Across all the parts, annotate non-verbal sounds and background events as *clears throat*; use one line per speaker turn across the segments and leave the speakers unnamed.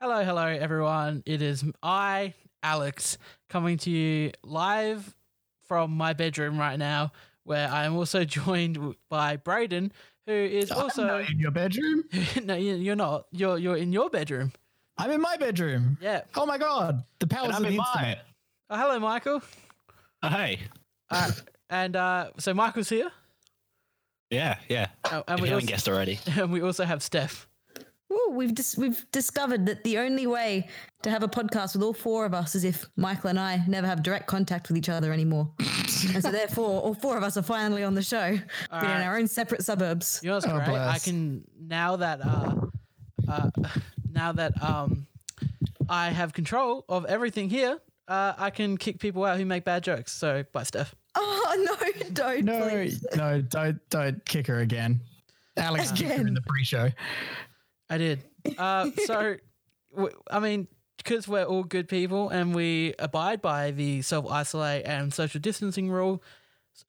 Hello, hello, everyone. It is I, Alex, coming to you live from my bedroom right now, where I am also *laughs* joined w- by Brayden, who is
Oh,
also.
in your bedroom?
*laughs* no, you- you're not. You're you're in your bedroom.
I'm in my bedroom.
Yeah.
Oh my god, the powers of
I'm
the
in
internet.
mine.
Oh, hello, Michael.
Hey.
Uh,
*laughs*
and uh, so Michael's here,
Yeah, yeah.
uh, and
if
we
you
also,
haven't guessed already.
*laughs* and we also have Steph.
Ooh, we've dis- we've discovered that the only way to have a podcast with all four of us is if Michael and I never have direct contact with each other
*laughs*
anymore, and so therefore all four of us are finally on the show, but in
right.
our own separate suburbs.
You know what's
Oh,
great? I
bless.
can now that uh, uh, *sighs* now that um, I have control of everything here. Uh, I can kick people out who make bad jokes. So bye, Steph.
*laughs* Oh no, don't
No,
please.
no, don't don't kick her again. Alex kicked her in
Again.
the pre-show.
I did. Uh, so, *laughs* w- I mean, because we're all good people and we abide by the self isolate and social distancing rule,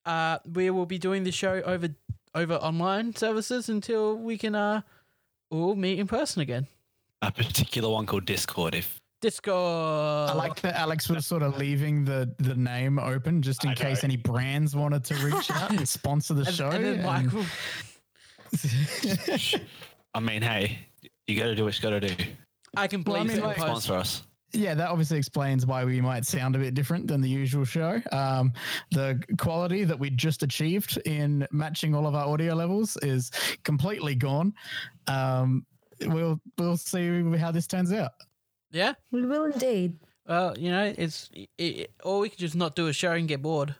uh, we will be doing the show over over online services until we can uh, all meet in person again.
A particular one called Discord. If
Discord.
I like that Alex was sort of leaving the the name open just in
I know.
case any brands wanted to reach out and sponsor the
And-
show.
and then
and-
Michael.
I mean, hey, you got to do what you got to do.
*laughs* I can
Well, I
bleep it
mean,
in
like-
post.
Sponsor us.
yeah, that obviously explains why we might sound a bit different than the usual show. Um, the quality that we just achieved in matching all of our audio levels is completely gone. Um, we'll we'll see how this turns out.
Yeah.
We will indeed.
Well, you know, it's it, it, or we could just not do a show and get bored.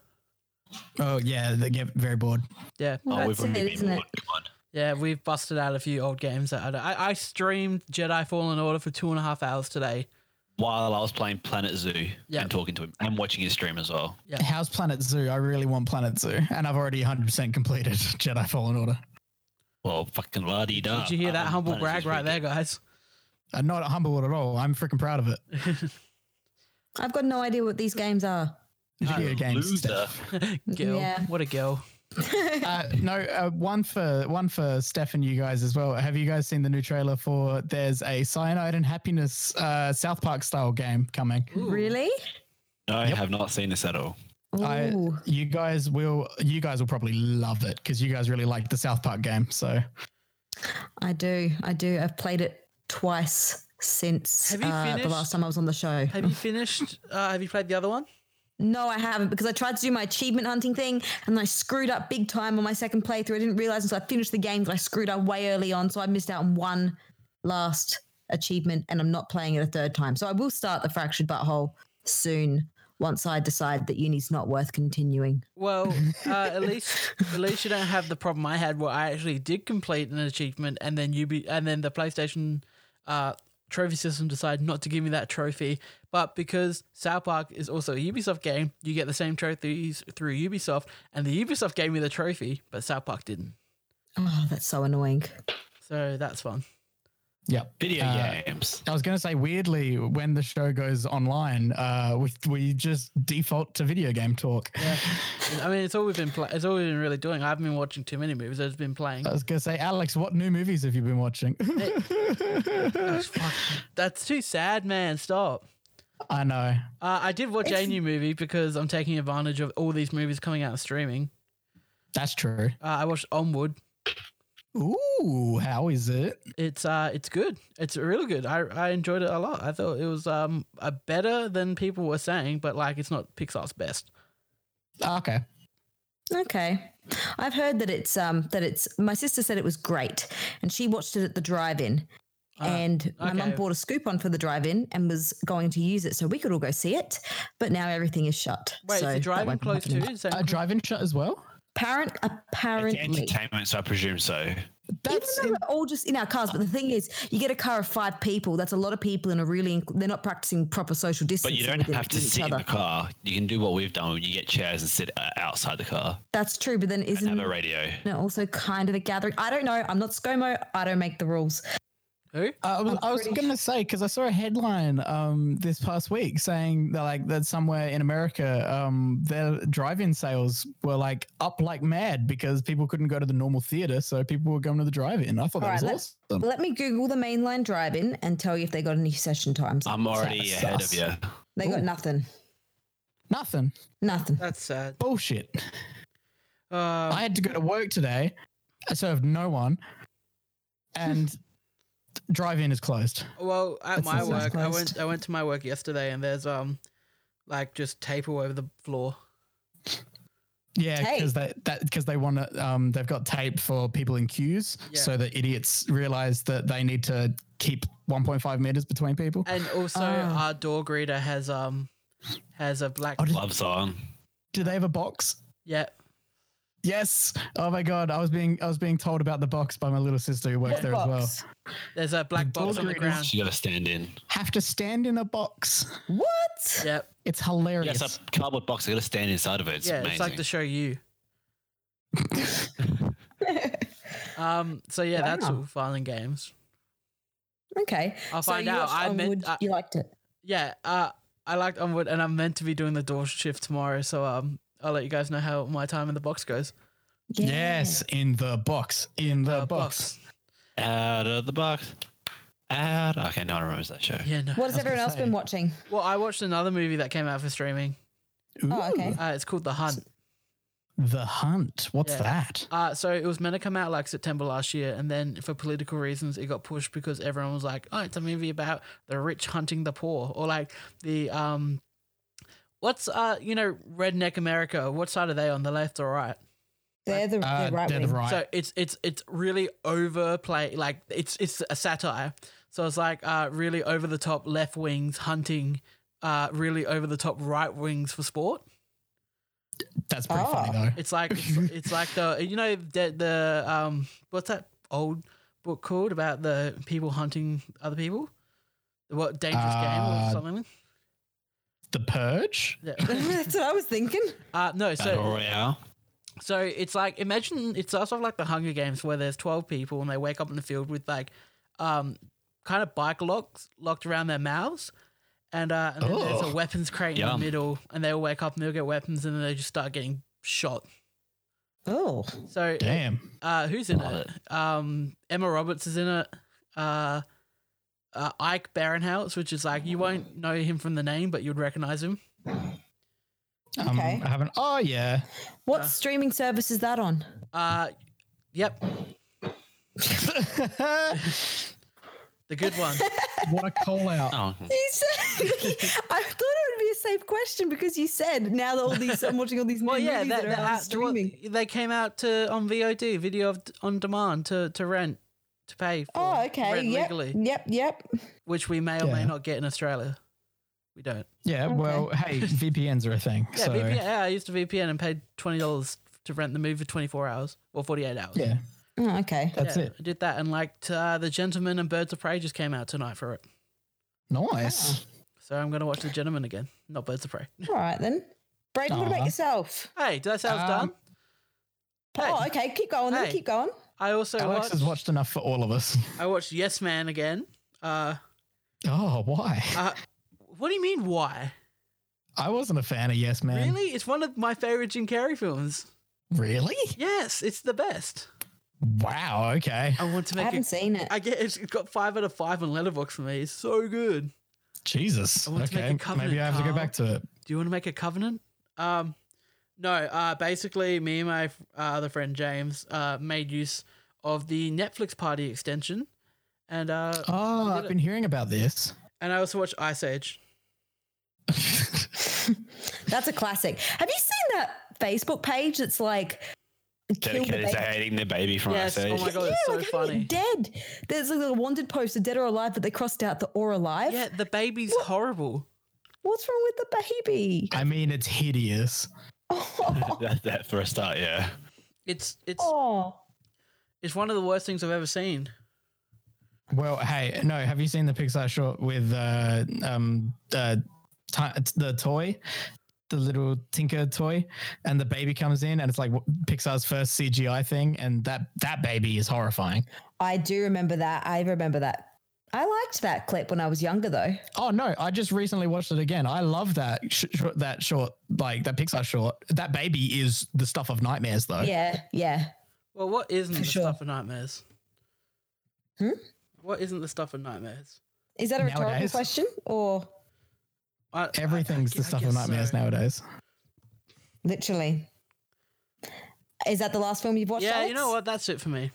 Oh yeah, they get very bored.
Yeah.
Well,
oh, we've
that's
already
it,
been
isn't it?
warned. Come on.
Yeah, we've busted out a few old games that I, don't- I, I streamed Jedi Fallen Order for two and a half hours today.
While I was playing Planet Zoo
Yeah.
and talking to him and watching his stream as well.
Yeah.
How's Planet Zoo? I really want Planet Zoo, and I've already 100% completed *laughs* Jedi Fallen Order.
Well, fucking Uh, la di da.
Did you hear that humble brag right there, guys? *laughs*
I'm Uh, not humble at all. I'm freaking proud of it.
I've got no idea what these games are.
Video games.
Loser.
Steph.
Girl,
Yeah.
what a girl.
Uh, no, uh, one for one for Steph and you guys as well. Have you guys seen the new trailer for? There's a Cyanide and Happiness uh, South Park style game coming.
Really?
No, I
Yep.
have not seen this at all.
I-
Ooh.
You guys will. You guys will probably love it because you guys really like the South Park game. So
I, do. I do. I've played it twice since
Have you
uh, the
finished?
last time I was on the show.
Have you finished? Uh, have you played the other one?
No, I haven't because I tried to do my achievement hunting thing and I screwed up big time on my second playthrough. I didn't realize until I finished the game that I screwed up way early on, so I missed out on one last achievement and I'm not playing it a third time. So I will start the fractured butthole soon once I decide that uni's not worth continuing.
Well, uh, at least at least you don't have the problem I had where I actually did complete an achievement and then you be and then the PlayStation uh, trophy system decided not to give me that trophy. But because South Park is also a Ubisoft game, you get the same trophies through Ubisoft, and the Ubisoft gave me the trophy, but South Park didn't.
Oh, that's so annoying.
So that's fun.
yeah,
Video
Uh,
games.
I was going to say weirdly when the show goes online, uh, we we just default to video game talk.
Yeah, I mean it's all we've been pla it's all we've been really doing. I haven't been watching too many movies. I've just been
*laughs*
playing.
I was gonna say, Alex, what new movies have you been watching? *laughs*
Oh, fuck. That's too sad, man. Stop.
I know.
Uh, I did watch a new movie because I'm taking advantage of all these movies coming out and streaming.
That's true.
Uh, I watched Onward.
Ooh, how is it?
It's uh, it's good. It's really good. I, I enjoyed it a lot. I thought it was um, uh, better than people were saying, but like it's not Pixar's best.
Ah, Okay.
Okay. I've heard that it's um that it's my sister said it was great and she watched it at the drive-in.
Ah,
and my mum
okay.
bought a scoop on for the drive-in and was going to use it so we could all go see it, but now everything is shut.
Wait,
so
is the
that
driving
won't be
closed too?
happening.
Is that
A
included?
Uh, drive-in shot as well.
Parent
It's
apparently.
entertainment, so I presume so.
Even
That's
though we're all just in our cars, but the thing is, you get a car of five people. That's a lot of people, and a really inc- they're not practicing proper social
But
distancing.
you don't
within-
have to
with each
sit in
other.
the car. You can do what we've done. You get chairs and sit uh, outside the car
That's true, but then
and
isn't
have a radio.
it also kind of a gathering? I don't know. I'm not ScoMo. I don't make the rules.
Who?
I was, I was
pretty
going to say because I saw a headline um, this past week saying that like that somewhere in America, um, their drive-in sales were like up like mad because people couldn't go to the normal theater, so people were going to the drive-in. I thought that
All right,
was
Um,
awesome.
Let me Google the mainline drive-in and tell you if they got any session times.
I'm already
Sus.
ahead of you.
they got nothing.
Nothing,
Nothing.
That's sad.
bullshit.
Uh,
Um,
I had to go to work today. I served no one,
*laughs*
and drive-in is closed.
well, at
That's
my
so
work, I went.
surprised.
I went to my work yesterday, and there's um, like just tape all over the floor.
Yeah, because they that because they want to um they've got tape for people in queues,
Yeah.
so that idiots realize that they need to keep 1.5 meters between
Uh,
people.
And also,
Ah.
our door greeter has um, has a black.
Oh, did-
Love song.
Do they have a box?
yeah,
Yes. Oh my god, I was being I was being told about the box by my little sister who works
What
there as
box?
well.
there's a black
The door
box on the
greeters.
ground.
You got to stand in.
Have to stand in a box.
What?
*laughs*
Yep.
It's hilarious.
Yes, a cardboard box. I got to stand inside of it. It's
yeah,
amazing.
it's like the show you. um. So yeah, that's
Wow.
all fun and games.
*laughs* Okay.
I'll find out. I
watched
meant-
Onward,
I-
you liked it.
Yeah. Uh, I liked Onward, and I'm meant to be doing the door shift tomorrow. So um, I'll let you guys know how my time in the box goes.
Yes, in the box. In the
Uh,
box.
Out of the box. Out. Okay, no one remembers that show.
Yeah. No.
What has
was
everyone
gonna
else been
say.
watching?
Well, I watched another movie that came out for streaming.
Oh, okay.
Uh, it's called The Hunt.
The hunt. What's
Yeah.
that?
Uh, so it was meant to come out like September last year, and then for political reasons, it got pushed because everyone was like, "Oh, it's a movie about the rich hunting the poor," or like the um, what's uh, you know, redneck America. What side are they on, the left or right?
They're the,
Uh,
they're right
they're
wing.
the right.
So it's it's it's really overplay like it's it's a satire. So it's like uh really over the top left wings hunting uh really over the top right wings for sport.
That's pretty funny
Oh.
though.
It's
*laughs*
like it's, it's like the you know the the um what's that old book called about the people hunting other people? What dangerous game or
Uh,
something?
The purge?
Yeah.
*laughs*
*laughs*
That's what I was thinking.
Uh, no, so
Battle Royale.
So it's like imagine it's sort of like the Hunger Games where there's twelve people and they wake up in the field with like um kind of bike locks locked around their mouths. And uh and then there's
Ugh.
a weapons crate in
Oh. Yum.
the middle and they'll wake up and they'll get weapons and then they just start getting shot.
Oh,
So
Damn.
uh who's in
Love
it? Um Emma Roberts is in it. Uh uh, Ike Barinhouse, which is like you won't know him from the name, but you'd recognize him.
Um,
Okay.
I haven't. Oh yeah.
what streaming service is that
*laughs*
on?
Uh, yep, the good
*laughs*
one.
*laughs* what a call out.
Oh,
You said, *laughs* I thought it would be a safe question because you said now that all these I'm watching all these new
*laughs* Well, yeah,
movies Oh, that,
that,
are
that-
on
that- well,
streaming.
they came out to on VOD, video of, on demand, to, to rent, to pay for
Oh, okay.
rent
Yep.
legally,
Yep. Yep.
which we may or may
Yeah.
not get in Australia. We don't.
Yeah. Well, hey, VPNs are a thing.
Yeah,
so
VPN, yeah, I used to VPN and paid twenty dollars to rent the movie for twenty four hours or forty eight hours.
yeah,
Oh, okay.
that's
Yeah,
it.
I did that, and like t- uh, the Gentleman and Birds of Prey just came out tonight for it,
Nice.
so I'm gonna watch the Gentleman again, not Birds of Prey.
All right then. Braden, what about
Aw.
yourself?
Hey, did I say I was done?
Um,
Hey.
Oh, okay. Keep going. Then
Hey.
keep going.
I also
Alex
watched,
has watched enough for all of us.
I watched Yes Man again. Uh,
Oh, why?
uh, what do you mean? Why?
I wasn't a fan of Yes Man.
Really? It's one of my favorite Jim Carrey films.
Really?
Yes, it's the best.
Wow. Okay.
I want to
I
make
haven't
it.
seen it.
I get it's it's got five out of five on Letterbox for me. It's so good.
Jesus.
I want to make a
Okay.
covenant,
Maybe I have to go
Carl.
back to it.
Do you want to make a covenant? Um, no. Uh, basically, me and my uh, other friend James uh, made use of the Netflix Party extension, and uh,
Oh,
did
I've
it.
been hearing about this. *laughs*
and I also watched Ice Age.
That's a classic. Have you seen that Facebook page that's like kill the
dedicated to
baby?
hating the baby from
Yes,
Ice
oh
Age. *laughs*
my God, it's so
how many
funny.
Dead. There's like a wanted poster, dead or alive, but they crossed out the or alive.
Yeah, the baby's horrible.
What's wrong with the
*laughs*
baby?
I mean, it's hideous.
Oh,
that, that for a start, yeah.
It's it's
oh.
it's one of the worst things I've ever seen.
Well, hey, no, have you seen the Pixar short with uh, um, uh, ti- the toy, the little Tinker toy, and the baby comes in and it's like wh- Pixar's first CGI thing, and that that baby is horrifying.
I do remember that. I remember that. I liked that clip when I was younger, though.
Oh no! I just recently watched it again. I love that sh- sh- that short, like that Pixar short. That baby is the stuff of nightmares,
Oh.
though.
Yeah, yeah.
Well, what isn't
For
the
sure.
stuff of nightmares?
Hmm?
What isn't the stuff of nightmares?
Is that a rhetorical
Nowadays?
question or
I, I-
Everything's
I-
the
I
stuff of
guess
nightmares
so.
nowadays.
literally? Is that the last film you've watched?
Yeah,
Alex?
you know what? That's it for me.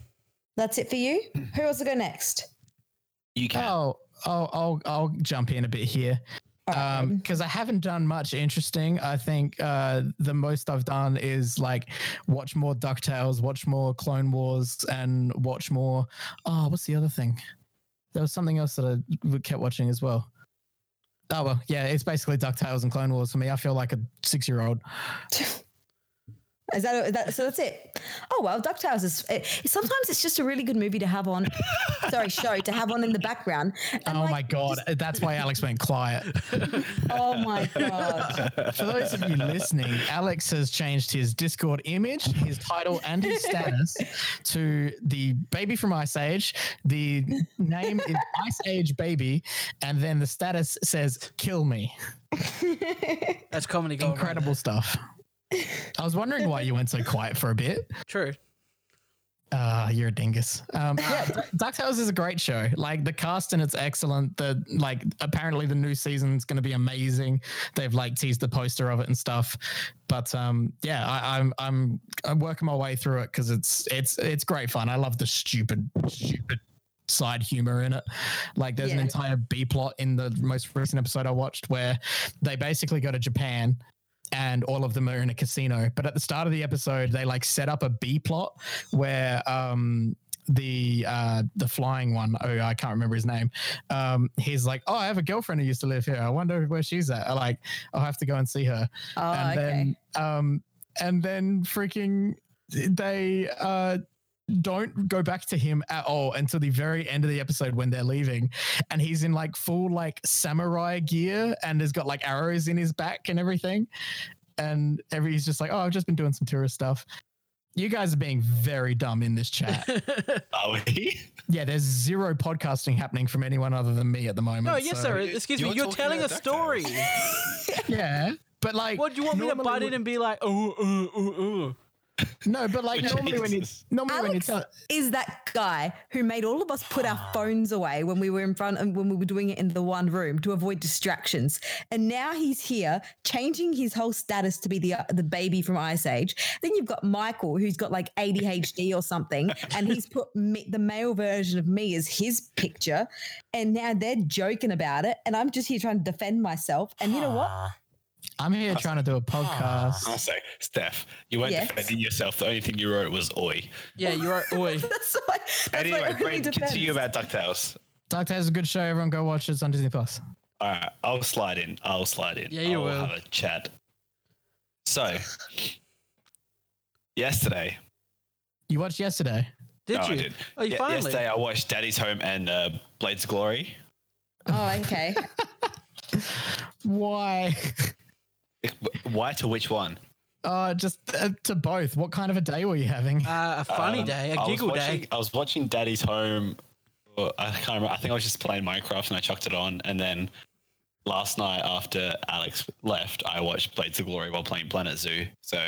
That's it
*clears throat*
for you. Who wants to go next?
You can.
Oh, oh, I'll I'll jump in a bit here
All right,
Um,
Rob.
because Um, I haven't done much interesting. I think uh, the most I've done is like watch more Ducktales, watch more Clone Wars, and watch more. Oh, what's the other thing? There was something else that I w- kept watching as well. Oh well, yeah, it's basically Ducktales and Clone Wars for me. I feel like a six-year-old.
Is that, is that so? That's it. Oh well, Ducktales is. It, sometimes it's just a really good movie to have on. sorry, show to have on in the background. And
Oh
like,
my god, that's why Alex went quiet.
Oh my god.
Oh.
For those of you listening, Alex has changed his Discord image, his title, and his status to the baby from Ice Age. The name is Ice Age Baby, and then the status says "Kill me."
That's comedy gold. right
Incredible stuff. I was wondering why you went so quiet for a bit.
there. True.
Uh, you're a dingus. Um, yeah, D- DuckTales is a great show. Like the cast and it's excellent. The like apparently the new season's going to be amazing. They've like teased the poster of it and stuff. But um, yeah, I, I'm I'm I'm working my way through it because it's it's it's great fun. I love the stupid stupid side humor in it. Like there's an
Yeah.
entire B plot in the most recent episode I watched where they basically go to Japan and all of them are in a casino. But at the start of the episode, they like set up a B plot where um the uh the flying one oh i can't remember his name um he's like oh i have a girlfriend who used to live here i wonder where she's at I like i'll have to go and see her
Oh,
and
okay.
then um and then freaking they uh don't go back to him at all until the very end of the episode when they're leaving and he's in like full like samurai gear and has got like arrows in his back and everything and every he's just like oh i've just been doing some tourist stuff you guys are being very dumb in
*laughs*
this chat
*laughs* Are we?
yeah there's zero podcasting happening from anyone other than me at the moment
no, yes,
so-
sir. Excuse
You're
me. You're
talking
telling a
about
story.
*laughs* yeah but like
What do you want me to
normally
butt
when-
in and be like, ooh, ooh, ooh, ooh?
no but like
*laughs* Jesus.
normally when you normally when you
Alex
tell
is that guy who made all of us put our phones away when we were in front and when we were doing it in the one room to avoid distractions. And now he's here changing his whole status to be the uh, the baby from Ice Age. Then you've got Michael who's got like ADHD or something and he's put me, the male version of me as his picture and now they're joking about it and I'm just here trying to defend myself. And you know what? *laughs*
I'm here trying to do a podcast.
*laughs* I'll say, Steph, you weren't
Yes.
defending yourself. The only thing you wrote was oi.
Yeah, you're right. Oi.
That's like that's my
anyway,
only
Brent, continue
defense.
about DuckTales.
DuckTales is a good show. Everyone go watch it. It's on Disney Plus.
All right, I'll slide in. I'll slide in.
Yeah, you
I'll
will.
have a chat. So, yesterday,
You watched yesterday.
*laughs* Did
No, I
you?
didn't.
Oh, you
Ye-
finally.
yesterday I watched Daddy's Home and uh, Blades of Glory
Oh, okay.
Why?
Why to which one?
*laughs* Uh, just uh, to both. What kind of a day were you having?
Uh, a funny
Um,
day,
I
a
was
giggle
watching-
day.
I was watching Daddy's Home. uh, I can't remember. I think I was just playing Minecraft and I chucked it on. And then last night after Alex left, I watched Blades of Glory while playing Planet Zoo. So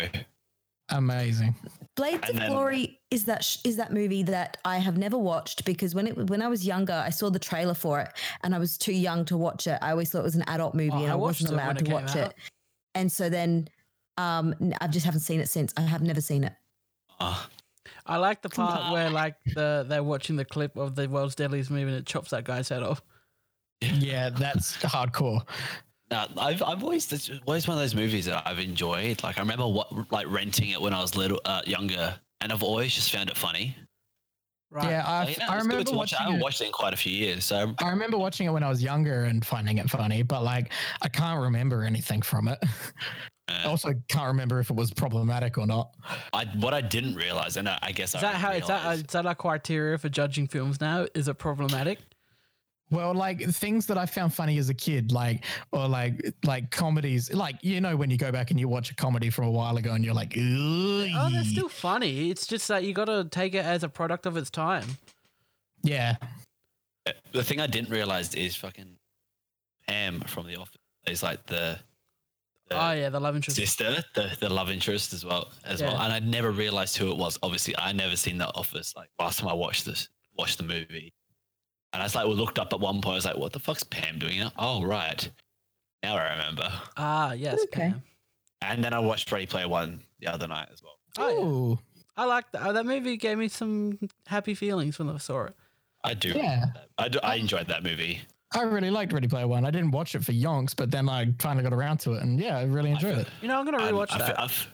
Amazing.
Blades
And
of
then-
Glory is that sh- is that movie that I have never watched because when it when I was younger I saw the trailer for it and I was too young to watch it. I always thought it was an adult movie
Oh,
and
I
I,
watched
wasn't
it when
allowed
it
to
came
watch
out.
it. And so then um n- I just haven't seen it since. I have never seen it.
uh,
I like the part where like the they're watching the clip of the world's deadliest move and it chops that guy's head off.
Yeah, that's hardcore.
Now, Uh, I've I've always that's always one of those movies that I've enjoyed. Like I remember what like renting it when I was little uh, younger, and I've always just found it funny.
Right.
Yeah, I,
Like, you know,
I
it's good
remember
to watch
watching.
it. I haven't
it.
watched it in quite a few years, so um,
I remember watching it when I was younger and finding it funny, but like I can't remember anything from it. I *laughs*
uh,
also can't remember if it was problematic or not.
I what I didn't realize, and I, I guess
Is that
I didn't
how
uh,
is that uh,
realize-
is that our criteria for judging films now? Is it problematic?
Well, like things that I found funny as a kid, like or like like comedies, like you know when you go back and you watch a comedy from a while ago and you're like,
Oh, that's
"Ugh."
still funny. It's just that you got to take it as a product of its time.
yeah,
uh, the thing I didn't realize is fucking Pam from The Office is like the
oh yeah, the love interest.
sister, the, the love interest as well as well.
Yeah.
And I never realized who it was. Obviously, I never seen The Office. Like last time I watched this, watched the movie, and I was like, we looked up at one point. I was like, what the fuck's Pam doing? Here? Oh right, now I remember.
Ah yes,
Okay.
Pam.
And then I watched Ready Player One the other night as well.
Oh, yeah.
Ooh.
I like that. Oh, that movie gave me some happy feelings when I saw it.
I do.
Yeah.
I, do, I enjoyed that movie.
I really liked Ready Player One. I didn't watch it for yonks, but then I finally got around to it, and yeah, I really enjoyed it.
You know, I'm gonna
And
rewatch
I
that.
Feel, I f-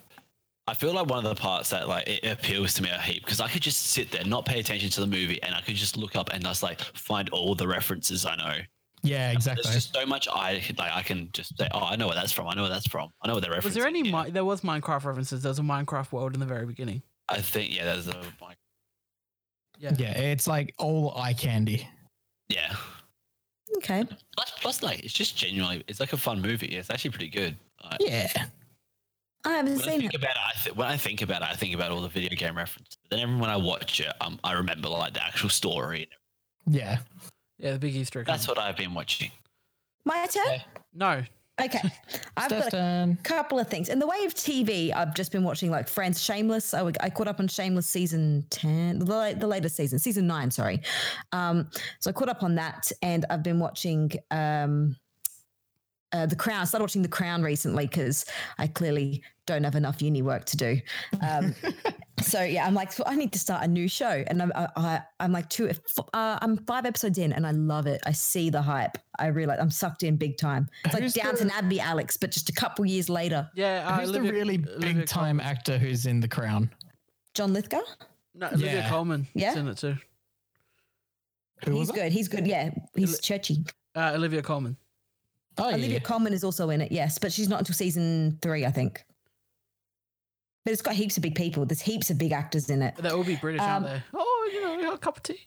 I feel like one of the parts that like it appeals to me a heap because I could just sit there, not pay attention to the movie, and I could just look up and just like find all the references I know.
Yeah, exactly.
There's just so much I could- like. I can just say, oh, I know where that's from. I know where that's from. I know where they're referencing.
was there any?
here."
Mi- there was Minecraft references. There was a Minecraft world in the very beginning.
I think yeah, there's a mi-
Yeah.
yeah, it's like all eye candy.
yeah.
Okay.
Plus, plus, like it's just genuinely, it's like a fun movie. It's actually pretty good. Like,
Yeah,
I haven't
When I
seen
think
it.
about it, I th- when I think about it, I think about all the video game references. But then every- when I watch it, um, I remember like the actual story. and
yeah.
Yeah, the big Easter egg.
That's what I've been watching.
My
*laughs*
turn?
No,
Okay. I've got
Steph's
a
turn.
couple of things in the way of TV. I've just been watching like Friends, Shameless. I, I caught up on Shameless season ten, the, la- the latest season, season nine. Sorry, um, so I caught up on that, and I've been watching um, uh, The Crown. I started watching The Crown recently because I clearly don't have enough uni work to do. Um, so yeah, I'm like, I need to start a new show, and I'm I, I, I'm like two, f- uh, I'm five episodes in, and I love it. I see the hype. I realize I'm sucked in big time. It's like
Who's the-
Downton Abbey, Alex, but just a couple years later.
yeah. Uh,
Who's the
Olivia-
really
Olivia
big time actor who's in The Crown?
John Lithgow.
No, Olivia
Yeah.
Coleman.
Yeah?
in it too.
Who
he's
was it?
good. He's good. Yeah, he's
Ele-
churchy.
Uh, Olivia Coleman.
Oh, yeah,
Olivia
yeah.
Colman is also in it. Yes, but she's not until season three, I think. But it's got heaps of big people. There's heaps of big actors in it.
They all be British, aren't
Um,
they? Oh, you know, a cup of tea.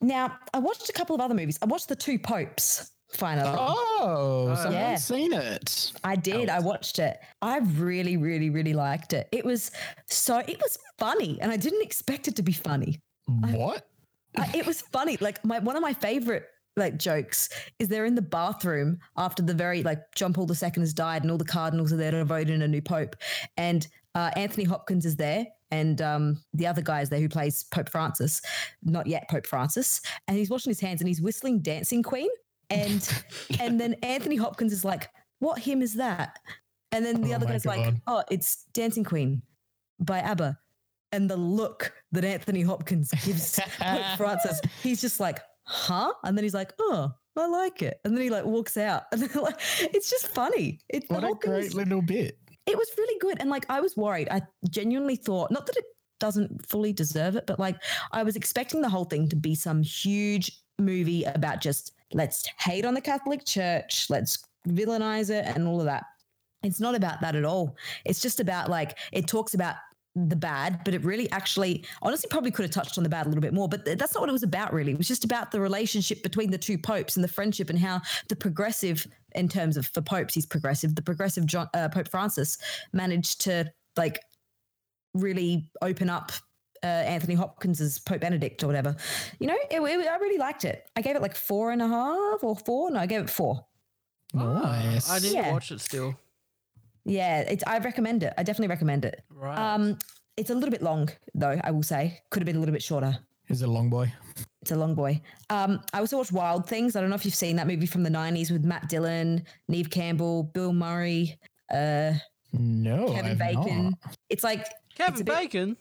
Now, I watched a couple of other movies. I watched The Two Popes. Finally,
Oh,
Oh.
someone's
Yeah.
seen it.
I did. I watched it. I really, really, really liked it. It was so. It was funny, and I didn't expect it to be funny.
What?
Uh, it was funny. Like my one of my favorite like jokes is they're in the bathroom after the very like John Paul II has died and all the cardinals are there to vote in a new pope, and uh, Anthony Hopkins is there. And um, the other guy is there who plays Pope Francis, not yet Pope Francis, and he's washing his hands and he's whistling "Dancing Queen,"
*laughs*
and and then Anthony Hopkins is like, "What hymn is that?" And then the
Oh
other
my
guy's like,
God.
"Oh, it's Dancing Queen by ABBA," and the look that Anthony Hopkins
*laughs*
gives Pope Francis, he's just like, huh? And then he's like, oh, I like it. And then he like walks out. *laughs* And then, like, it's just funny. It, the
What a
whole thing was,
great little bit.
it was really good. And like, I was worried. I genuinely thought, not that it doesn't fully deserve it, but like, I was expecting the whole thing to be some huge movie about just let's hate on the Catholic Church, let's villainize it, and all of that. It's not about that at all. It's just about like, it talks about the bad, but it really actually, honestly, probably could have touched on the bad a little bit more, but th- that's not what it was about, really. It was just about the relationship between the two popes and the friendship and how the progressive, in terms of for popes, he's progressive, the progressive John, uh, Pope Francis managed to like really open up. Uh, Anthony Hopkins as Pope Benedict or whatever, you know, it, it- I really liked it. I gave it like four and a half or four. No, I gave it four.
Nice.
Ah, I need
Yeah.
to watch it still.
Yeah, it's, I recommend it. I definitely recommend it.
Right.
Um, it's a little bit long though. I will say could have been a little bit shorter.
He's a long boy.
It's a long boy. Um, I also watched Wild Things. I don't know if you've seen that movie from the '90s with Matt Dillon, Neve Campbell, Bill Murray, uh,
No,
Kevin
I've
Bacon.
Oh, not.
It's like
Kevin
a bit-
Bacon.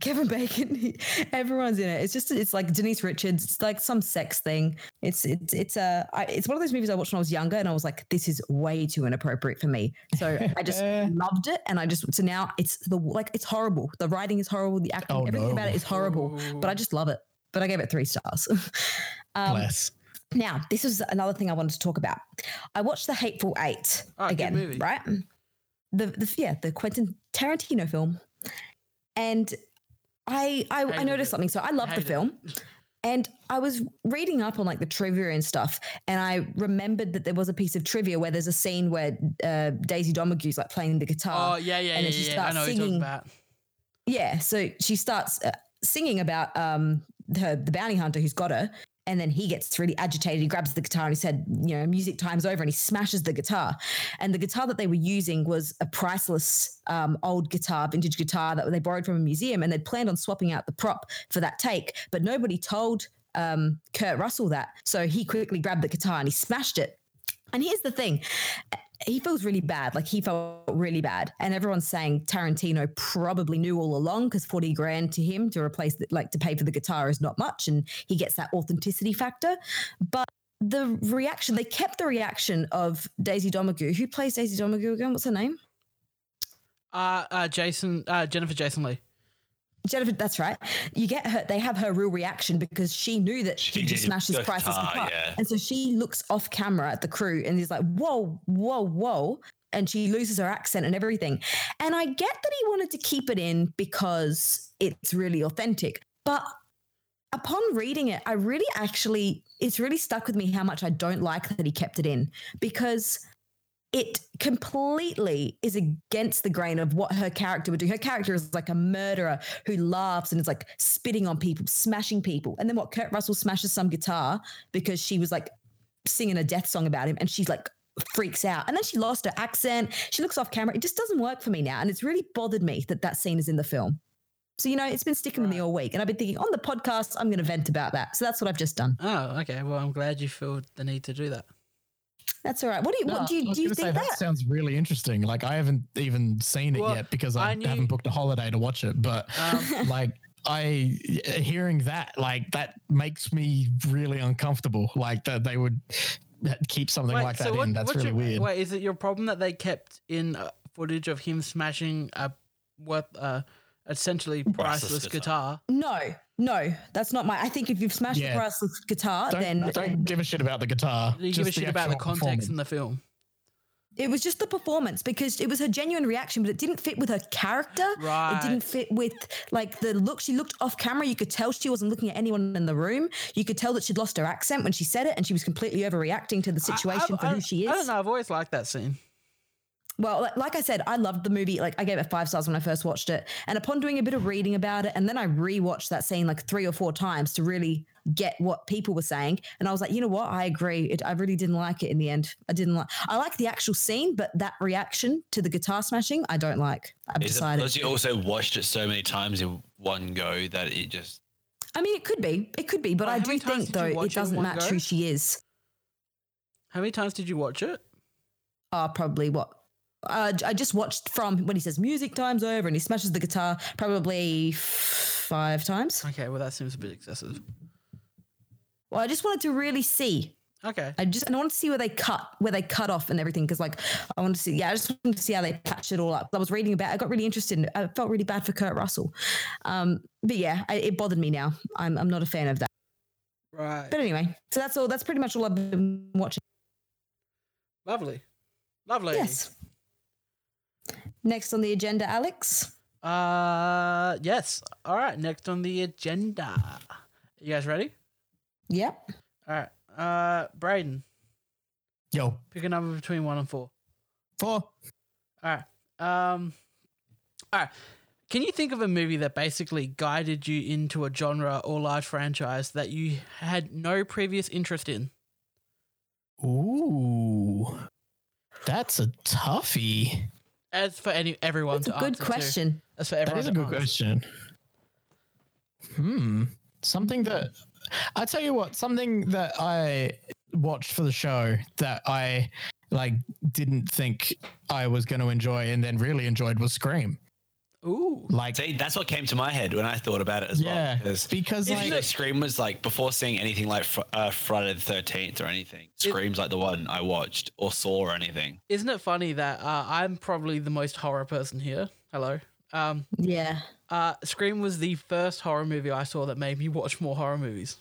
Kevin *laughs* Bacon. Everyone's in it. It's just it's like Denise Richards. It's like some sex thing. It's it's it's a I, it's one of those movies I watched when I was younger, and I was like, this is way too inappropriate for me. So
*laughs*
I just loved it, and I just so now it's the like it's horrible. The writing is horrible. The acting,
Oh,
everything
no.
about it is horrible. But I just love it. But I gave it three stars. *laughs* um,
Bless.
now this is another thing I wanted to talk about. I watched The Hateful Eight
Ah, good
again,
movie.
right? The, the yeah, the Quentin Tarantino film, and I I, I
Hated
noticed
it.
something. So I loved the
Hated it.
film, and I was reading up on like the trivia and stuff, and I remembered that there was a piece of trivia where there's a scene where uh, Daisy Domergue's like playing the guitar.
Oh yeah, yeah,
uh, and
yeah,
then she
yeah. I
starts
know what you're talking
singing.
about.
Yeah, so she starts uh, singing about um her the bounty hunter who's got her, And then he gets really agitated. He grabs the guitar and he said, you know, music time's over and he smashes the guitar. And the guitar that they were using was a priceless um, old guitar, vintage guitar that they borrowed from a museum. And they'd planned on swapping out the prop for that take, but nobody told um, Kurt Russell that. So he quickly grabbed the guitar and he smashed it. And here's the thing he feels really bad. Like he felt really bad. And everyone's saying Tarantino probably knew all along because 40 grand to him to replace, the, like to pay for the guitar is not much. And he gets that authenticity factor. But the reaction, they kept the reaction of Daisy Domagu. Who plays Daisy Domagu again? What's her name?
Uh, uh, Jason, uh, Jennifer Jason Lee.
Jennifer, that's right. You get her, they have her real reaction because she knew that
She
she just
did.
smashed this
Good
priceless
car,
guitar.
yeah.
And so she looks off camera at the crew and is like, whoa, whoa, whoa. And she loses her accent and everything. And I get that he wanted to keep it in because it's really authentic. But upon reading it, I really actually, it's really stuck with me how much I don't like that he kept it in because it completely is against the grain of what her character would do. Her character is like a murderer who laughs and is like spitting on people, smashing people. And then what Kurt Russell smashes some guitar because she was like singing a death song about him and she's like freaks out. And then she lost her accent. She looks off camera. It just doesn't work for me now. And it's really bothered me that that scene is in the film. So, you know, it's been sticking with me all week. And I've been thinking on the podcast, I'm going to vent about that. So that's what I've just done.
Oh, okay. Well, I'm glad you feel the need to do that.
That's all right. What do you, what do
I
you,
was
do you
gonna say,
think that?
sounds really interesting. Like I haven't even seen it
Well,
yet because I,
I knew-
haven't booked a holiday to watch it. But
*laughs*
Um,
like I hearing that, like that makes me really uncomfortable. Like that they would keep something like that in. That's
what's
really
your,
weird.
Wait, is it your problem that they kept in uh, footage of him smashing a what uh, essentially priceless guitar?
No, no, that's not my. I think if you've smashed
Yeah.
the priceless guitar,
don't,
then
don't give a shit about the guitar.
Do you give
just
a shit about the
actual
context
performance.
in the film?
it was just the performance because it was her genuine reaction, but it didn't fit with her character.
Right.
It didn't fit with like the look. She looked off camera. You could tell she wasn't looking at anyone in the room. You could tell that she'd lost her accent when she said it, and she was completely overreacting to the
I-
situation
I-
for
I-
who she is.
I don't know. I've always liked that scene.
Well, li- like I said, I loved the movie. Like I gave it five stars when I first watched it. And upon doing a bit of reading about it, and then I rewatched that scene like three or four times to really get what people were saying. And I was like, you know what? I agree. It, I really didn't like it in the end. I didn't like. I like the actual scene, but that reaction to the guitar smashing, I don't like. I've
Is it
decided.
because you also watched it so many times in one go that it just
I mean, it could be. It could be. But
Wait,
I
how
do
many times
think
did you
though
watch it
it
in
doesn't
one
match
go?
who she is.
How many times did you watch it?
Oh, probably what. Uh, I just watched from when he says music time's over and he smashes the guitar probably f- five times.
Okay, well that seems a bit excessive.
Well, I just wanted to really see.
Okay.
I just and I wanted to see where they cut where they cut off and everything because like I wanted to see yeah I just wanted to see how they patched it all up. I was reading about it, I got really interested. In it. I felt really bad for Kurt Russell, um, but yeah I, it bothered me now. I'm I'm not a fan of that.
Right.
But anyway, so that's all. That's pretty much all I've been watching.
Lovely. Lovely.
Yes. Next on the agenda, Alex.
Uh yes. All right, next on the agenda. You guys ready?
Yep.
All right. Uh Braden,
Yo,
pick a number between 1 and 4.
four.
All right. Um, all right. Can you think of a movie that basically guided you into a genre or large franchise that you had no previous interest in?
Ooh, that's a toughie.
As for any everyone
That's
to
a good
answer to.
question.
As for everyone
That is a
to
good
answer.
question. Hmm. Something that I tell you what, something that I watched for the show that I like didn't think I was going to enjoy and then really enjoyed was Scream.
Ooh.
Like
see that's what came to my head when I thought about it as
yeah,
well. Because
because
If
like
you-
you know, Scream was like before seeing anything like fr- uh, Friday the Thirteenth or anything. Scream's like the one I watched or saw or anything.
Isn't it funny that uh, I'm probably the most horror person here? Hello. Um,
Yeah.
uh, Scream was the first horror movie I saw that made me watch more horror movies.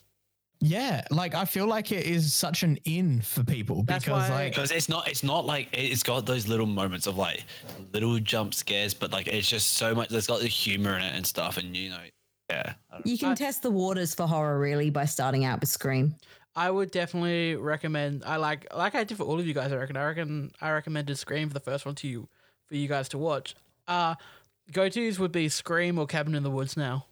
yeah, like I feel like it is such an in for people
That's
because
why-
like
Because it's not it's not like it's got those little moments of like little jump scares, but like it's just so much. There's got the humor in it and stuff, and you know, yeah. I don't know.
You can
I-
test the waters for horror really by starting out with Scream.
I would definitely recommend. I like like I did for all of you guys. I reckon. I reckon I recommended Scream for the first one to you for you guys to watch. Uh go tos would be Scream or Cabin in the Woods now.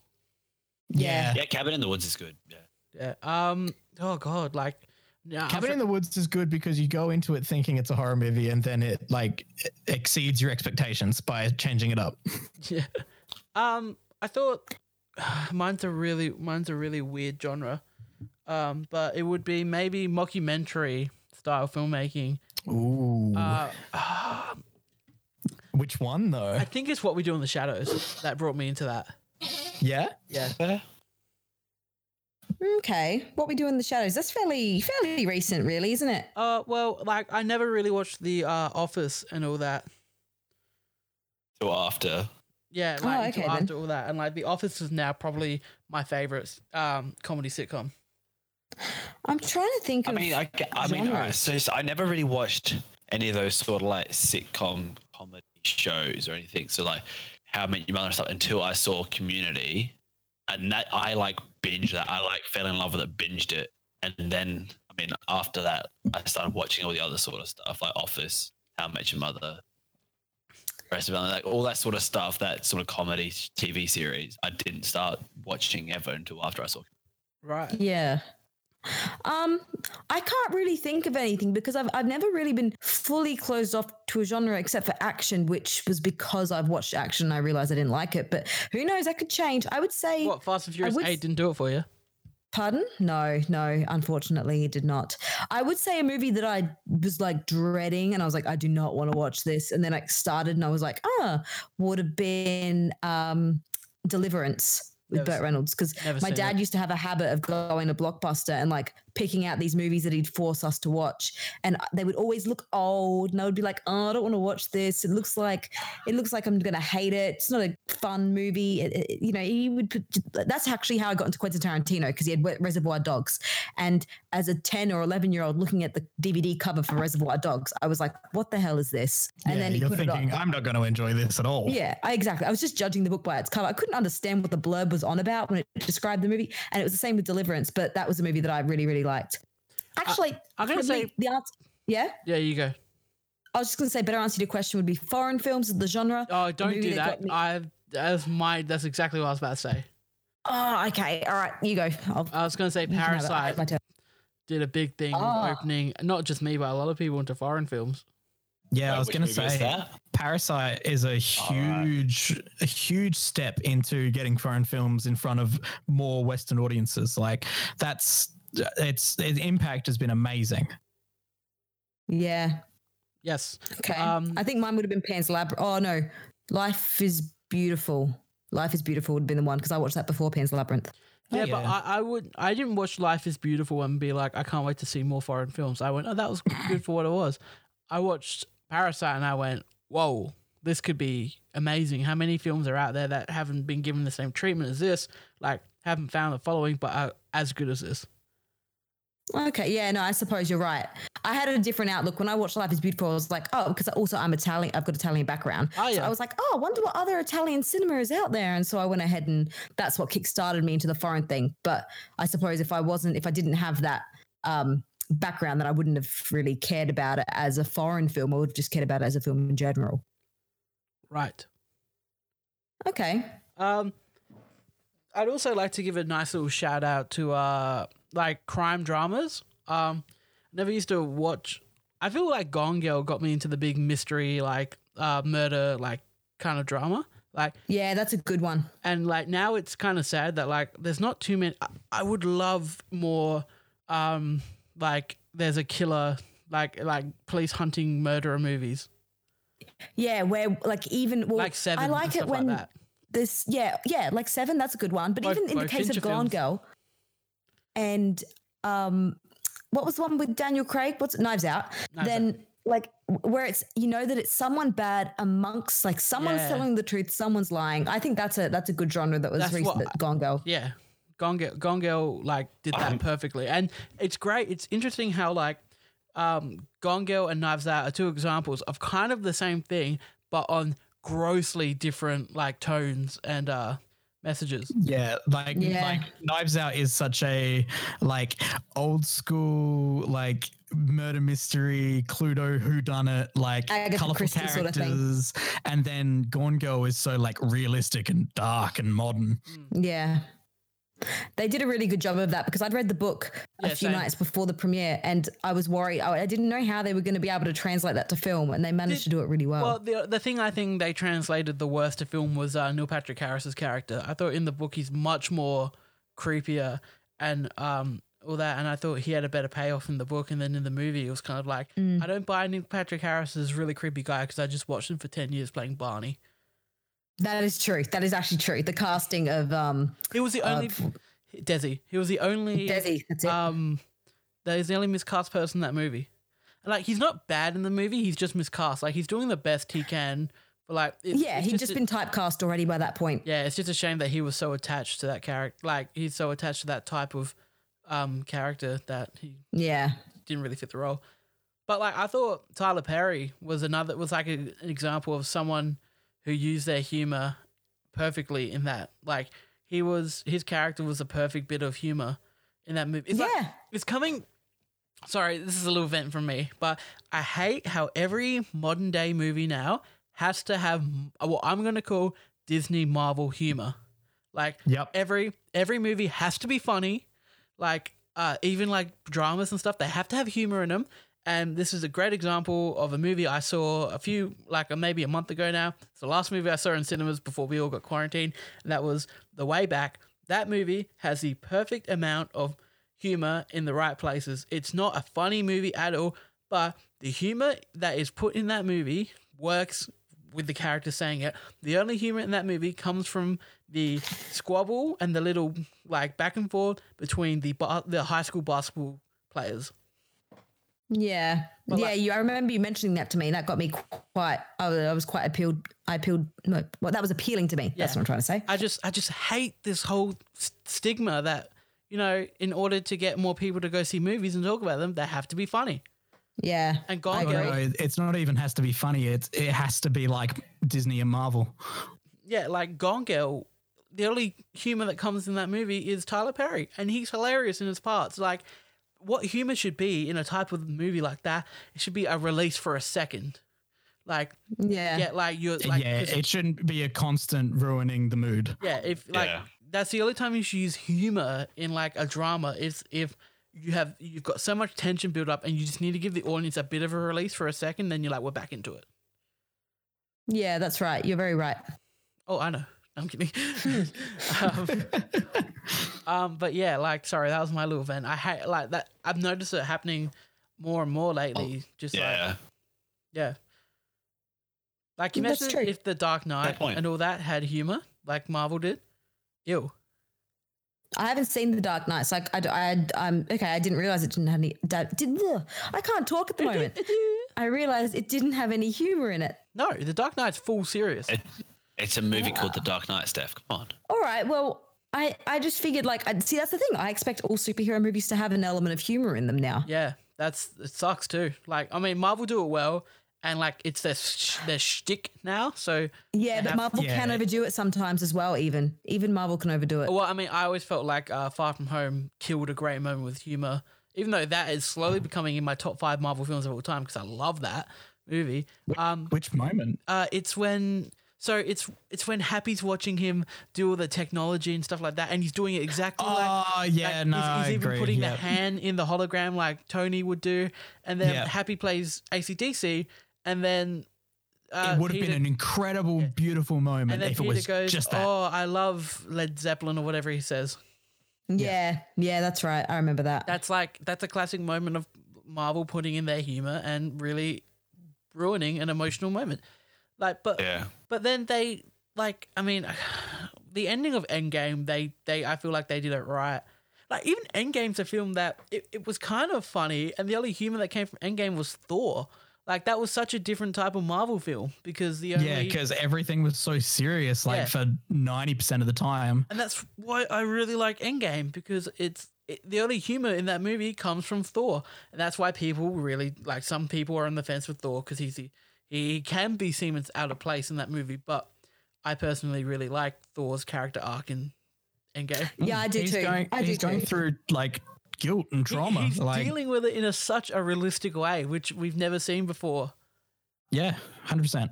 Yeah.
Yeah, Cabin in the Woods is good. Yeah.
Yeah. Um. oh god, like
Oh,
yeah,
Cabin in the Woods is good because you go into it thinking it's a horror movie and then it like exceeds your expectations by changing it up.
*laughs* yeah. Um, I thought *sighs* mine's a really mine's a really weird genre. Um, but it would be maybe mockumentary style filmmaking.
Ooh.
Uh,
Which one though?
I think it's what we do in the shadows that brought me into that.
Yeah.
Yeah.
Yeah.
Okay, what we do in the shadows? That's fairly fairly recent, really, isn't it?
Uh, well, like I never really watched the uh, Office and all that.
So after.
Yeah,
Oh,
like until
okay then.
after all that, and like The Office is now probably my favorite um, comedy sitcom.
I'm trying to think
I
of.
mean, I, ca- I mean, I,
genres.
so so I never really watched any of those sort of like sitcom comedy shows or anything. So like, How I Met Your Mother and stuff until I saw Community, and that I like binged that. I like fell in love with it, binged it, and then I mean, after that, I started watching all the other sort of stuff like Office, How I Met Your Mother, Rest of It, like all that sort of stuff. That sort of comedy TV series, I didn't start watching ever until after I saw.
Right.
Yeah. Um, I can't really think of anything because I've I've never really been fully closed off to a genre except for action, which was because I've watched action and I realized I didn't like it. But who knows? That could change. I would say.
What Fast and Furious
would-
Eight didn't do it for you?
Pardon? No, no. Unfortunately, it did not. I would say a movie that I was like dreading, and I was like, I do not want to watch this. And then I started, and I was like, ah, would have been um, Deliverance with
Never
Burt
seen-
Reynolds because
never
my
seen
dad
it.
used to have a habit of going to Blockbuster and like picking out these movies that he'd force us to watch, and they would always look old, and I would be like, oh, I don't want to watch this. It looks like it looks like I'm gonna hate it. It's not a fun movie. It- it- you know, he would. put- That's actually how I got into Quentin Tarantino because he had Wet- Reservoir Dogs, and as a ten or eleven year old looking at the DVD cover for Reservoir Dogs, I was like, "What the hell is this?" And
yeah,
then he
you're
put
thinking
it on.
I'm not going to enjoy this at all.
Yeah, I, exactly. I was just judging the book by its cover. I couldn't understand what the blurb was on about when it described the movie, and it was the same with Deliverance. But that was a movie that I really, really liked. Actually,
I'm gonna
for me,
say-
the answer. Yeah,
Yeah, you go.
I was just gonna say. Better answer to your question would be foreign films, the genre.
Oh, don't
movie
do that.
that got me-
I that's my that's exactly what I was about to say.
Oh, okay. All right, you go. I'll,
I was gonna say
you can have it. I
Parasite
had my turn.
did a big thing
Ah.
opening not just me but a lot of people into foreign films.
Yeah, I
Like,
was
which
going to
movie is
say
that?
Parasite is a
Alright.
huge, a huge step into getting foreign films in front of more Western audiences. Like that's its, its impact has been amazing.
Yeah.
Yes.
Okay.
Um,
I think mine would have been Pan's Labyrinth. Oh no, Life is Beautiful. Life is Beautiful would have been the one because I watched that before Pan's Labyrinth.
Yeah, but
yeah.
I, I would I didn't watch Life is Beautiful and be like, I can't wait to see more foreign films. I went, Oh, that was good for what it was. I watched Parasite and I went, Whoa, this could be amazing. How many films are out there that haven't been given the same treatment as this? Like haven't found the following but are as good as this.
Okay, yeah, no, I suppose you're right. I had a different outlook when I watched Life is Beautiful. I was like, oh, because also I'm Italian. I've got Italian background.
Oh,
So
yeah.
I was like, oh, I wonder what other Italian cinema is out there. And so I went ahead and that's what kickstarted me into the foreign thing. But I suppose if I wasn't, if I didn't have that um, background, then I wouldn't have really cared about it as a foreign film. I would have just cared about it as a film in general.
Right.
Okay.
Um, I'd also like to give a nice little shout out to uh, like crime dramas. Um, never used to watch. I feel like Gone Girl got me into the big mystery, like uh, murder, like kind of drama. Like,
Yeah, that's a good one.
and like now it's kind of sad that like there's not too many. I, I would love more. Um, like there's a killer, like like police hunting murderer movies,
Yeah, where like even well,
like Seven.
I
and
like
stuff
it when
like that.
this yeah yeah like seven that's a good one but
Both-
even in the
both
case
Fincher
of gone
films.
girl and um what was the one with daniel craig what's knives out
Knives
then like w- where it's you know that it's someone bad amongst like someone's
Yeah.
telling the truth someone's lying i think that's a that's a good genre that was
That's
recent
what-
gone girl
Yeah. Gone Girl, Gone Girl like did that
Um,
perfectly. And it's great. It's interesting how like um Gone Girl and Knives Out are two examples of kind of the same thing, but on grossly different like tones and uh messages.
Yeah, like
Yeah.
like Knives Out is such a like old school like murder mystery Cluedo who done it like
Agatha
colorful
Christie
characters
sort of thing.
and then Gone Girl is so like realistic and dark and modern.
yeah They did a really good job of that because I'd read the book a
Yeah,
few
same.
nights before the premiere and I was worried. I, I didn't know how they were going to be able to translate that to film and they managed
Did-
to do it really well.
Well, the the thing I think they translated the worst to film was uh, Neil Patrick Harris's character. I thought in the book he's much more creepier and um all that, and I thought he had a better payoff in the book, and then in the movie it was kind of like
Mm.
I don't buy Neil Patrick Harris as a really creepy guy because I just watched him for ten years playing Barney.
that is true. That is actually true. The casting of um,
He was the only Desi. He was the only
Desi, that's it.
um that is the only miscast person in that movie. And, Like he's not bad in the movie, he's just miscast. Like he's doing the best he can, but like it's,
yeah,
it's
he'd just
a-
been typecast already by that point.
Yeah, it's just a shame that he was so attached to that character. Like he's so attached to that type of um character that he
Yeah.
didn't really fit the role. But like I thought Tyler Perry was another was like a, an example of someone who used their humor perfectly in that. Like he was his character was a perfect bit of humor in that movie. It's like-
Yeah.
it's coming Sorry, this is a little vent from me, but I hate how every modern day movie now has to have what I'm going to call Disney Marvel humor. Like
Yep.
every every movie has to be funny like uh, even like dramas and stuff they have to have humor in them and this is a great example of a movie i saw a few like uh, maybe a month ago now it's the last movie i saw in cinemas before we all got quarantined and that was the way back that movie has the perfect amount of humor in the right places it's not a funny movie at all but the humor that is put in that movie works with the character saying it. The only humor in that movie comes from the squabble and the little like back and forth between the ba- the high school basketball players.
Yeah.
Well,
yeah,
like-
you I remember you mentioning that to me. That got me quite I was, I was quite appealed I appealed no, well that was appealing to me. That's
Yeah.
what I'm trying to say.
I just I just hate this whole s- stigma that you know in order to get more people to go see movies and talk about them, they have to be funny.
Yeah.
And Gone
Oh,
Girl,
no, it- it's not even has to be funny. It's it has to be like Disney and Marvel.
yeah, like Gone Girl, the only humor that comes in that movie is Tyler Perry, and he's hilarious in his parts. Like, what humor should be in a type of movie like that? It should be a release for a second. Like,
Yeah.
yeah, like you're like,
yeah,
'cause-
it shouldn't be a constant ruining the mood.
yeah. If like
Yeah.
that's the only time you should use humor in like a drama is if you have you've got so much tension built up and you just need to give the audience a bit of a release for a second. Then you're like, we're back into it.
Yeah, that's right. You're very right.
Oh, I know. I'm
*laughs*
kidding. um, *laughs* um, but yeah, like, sorry, that was my little vent. I hate like that. I've noticed it happening more and more lately. just like,
Oh, Yeah.
yeah, like you
That's
imagine
true.
if the Dark Knight
point.
and all that had humor, like Marvel did. Ew.
I haven't seen The Dark Knight, so I, I, I um, okay, I didn't realize it didn't have any. da- Did, ugh, I can't talk
*laughs*
at the moment. I realized it didn't have any humor in it.
No, the Dark Knight's full serious.
It- it's a movie called The Dark Knight, Steph. Come on.
All right, well, I, I just figured like, I, see, that's the thing. I expect all superhero movies to have an element of humor in them now.
Yeah, that's it sucks too. Like, I mean, Marvel do it well, and like it's their sh- their shtick now. So
Yeah,
They
but
have-
Marvel can
Yeah.
overdo it sometimes as well. Even even Marvel can overdo it.
Well, I mean, I always felt like uh, Far From Home killed a great moment with humor, even though that is slowly becoming in my top five Marvel films of all time because I love that movie. Um,
Which moment?
uh, it's when so it's it's when Happy's watching him do all the technology and stuff like that, and he's doing it exactly like.
Oh yeah,
like,
no,
he's, he's
I
even
agree.
putting
yeah.
the hand in the hologram like Tony would do, and then
Yeah.
Happy plays ACDC, and then uh,
it would have
Peter-
been an incredible, beautiful moment
and then
if it
Peter
was
goes,
just that.
"Oh, I love Led Zeppelin" or whatever he says.
yeah, yeah, that's right. I remember that.
that's like that's a classic moment of Marvel putting in their humor and really ruining an emotional moment. Like, but
Yeah.
but then they like I mean, *sighs* the ending of Endgame they they I feel like they did it right. Like even Endgame's a film that it, it was kind of funny, and the only humor that came from Endgame was Thor. Like that was such a different type of Marvel film because the only
yeah, because everything was so serious, like
Yeah.
for ninety percent of the time.
and that's why I really like Endgame because it's it, the only humor in that movie comes from Thor, and that's why people really like. Some people are on the fence with Thor because he's the, he can be seen as out of place in that movie, but I personally really like Thor's character arc in
*laughs*
Endgame.
Yeah, I do
he's
too.
Going,
I do
he's going
too.
through like guilt and
He-
trauma.
he's
like,
dealing with it in a such a realistic way, which we've never seen before.
yeah, hundred percent.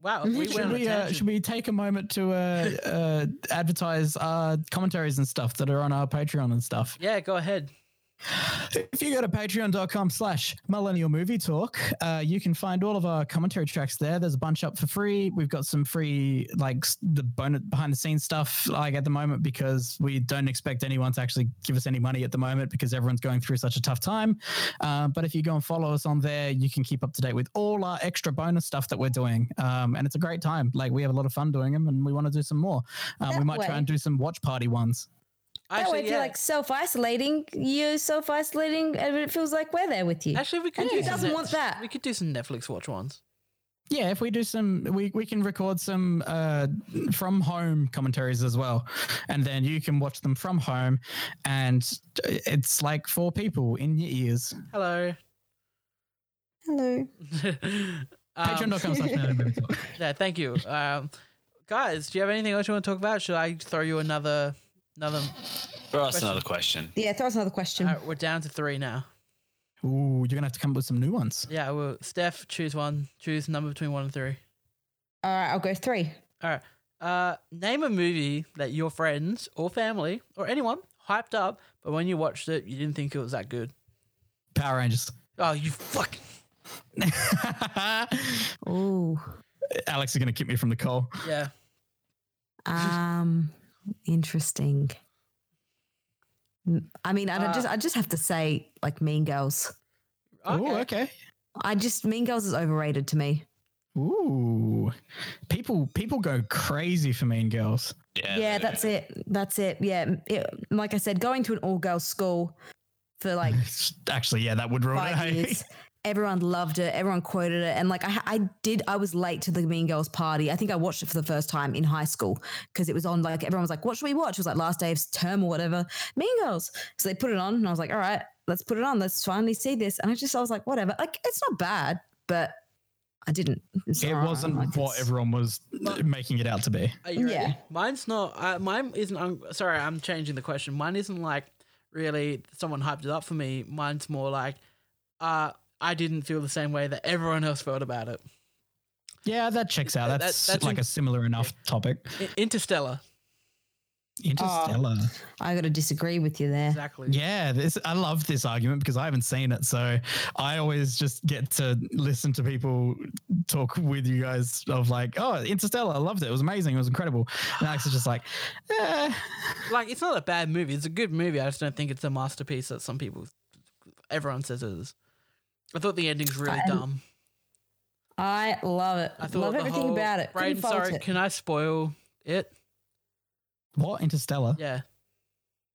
Wow, we went
should
on a
we uh,
tangent.
should we take a moment to uh, uh, advertise our commentaries and stuff that are on our Patreon and stuff?
Yeah, go ahead.
If you go to patreon.com slash millennial movie talk, uh, you can find all of our commentary tracks there. There's a bunch up for free. We've got some free, like s- the bonus behind the scenes stuff, like at the moment, because we don't expect anyone to actually give us any money at the moment because everyone's going through such a tough time. Uh, but if you go and follow us on there, you can keep up to date with all our extra bonus stuff that we're doing. Um, and it's a great time. Like we have a lot of fun doing them and we want to do some more. Um, we
That
might
way-
try and do some watch party ones.
That way, if
Actually,
you're
yeah.
like self isolating, you're self isolating, and it feels like we're there with you.
Actually, we could
And
do
who
some
doesn't
Net-
want that?
We could do some Netflix watch ones.
Yeah, if we do some, we, we can record some uh, from home commentaries as well. And then you can watch them from home. And it's like four people in your ears.
Hello. *laughs*
Hello.
um,
Patreon.com
*laughs*
slash Nerd Movie Talk.
Yeah, thank you, um, guys. Do you have anything else you want to talk about? Should I throw you another, another?
Throw us another question.
Yeah, throw us another question.
Alright, we're down to three now.
Ooh, you're going to have to come up with some new ones.
Yeah, well, Steph, choose one. Choose a number between one and three.
All right, I'll go three.
All right. Uh, name a movie that your friends or family or anyone hyped up, but when you watched it, you didn't think it was that good.
Power Rangers. *laughs*
Oh, you fuck!
Ooh.
Alex is going to kick me from the call.
Yeah.
Um, interesting. Mm, I mean, I
Uh,
just I just have to say, like Mean Girls.
Ooh, okay.
I just Mean Girls is overrated to me.
Ooh, people people go crazy for Mean Girls.
Yeah,
Yeah, that's it. That's it. Yeah, it, like I said, going to an all girls school
*laughs*
for like
Actually, yeah, that would ruin it.
five
hey?
years. Everyone loved it. Everyone quoted it, and like I, I did. I was late to the Mean Girls party. I think I watched it for the first time in high school because it was on. Like everyone was like, "What should we watch?" It was like last day of term or whatever. Mean Girls. So they put it on, and I was like, "All right, let's put it on. Let's finally see this." And I just, I was like, "Whatever." Like it's not bad, but I didn't.
*laughs*
It's
It
all right.
wasn't
Like,
what
it's-
everyone was making it out to be.
Are you ready?
Yeah.
Mine's not. Uh, mine isn't. I'm sorry. I'm changing the question. Mine isn't like really someone hyped it up for me. Mine's more like uh, I didn't feel the same way that everyone else felt about it.
Yeah, that checks out.
That-
That's,
that's
like
in-
a similar enough topic.
I- Interstellar.
Interstellar.
Ah.
I got to disagree with you there.
Exactly.
yeah, this I love this argument because I haven't seen it, so I always just get to listen to people talk with you guys of like, oh, Interstellar, I loved it. It was amazing. It was incredible. And Alex is just like, eh.
Like it's not a bad movie. It's a good movie. I just don't think it's a masterpiece that some people, everyone says it is. I thought the ending's really
I-
dumb.
I love it.
I thought
love
the
everything
whole-
about it.
Brayden,
Couldn't fault
sorry,
it.
can I spoil it?
what Interstellar?
Yeah,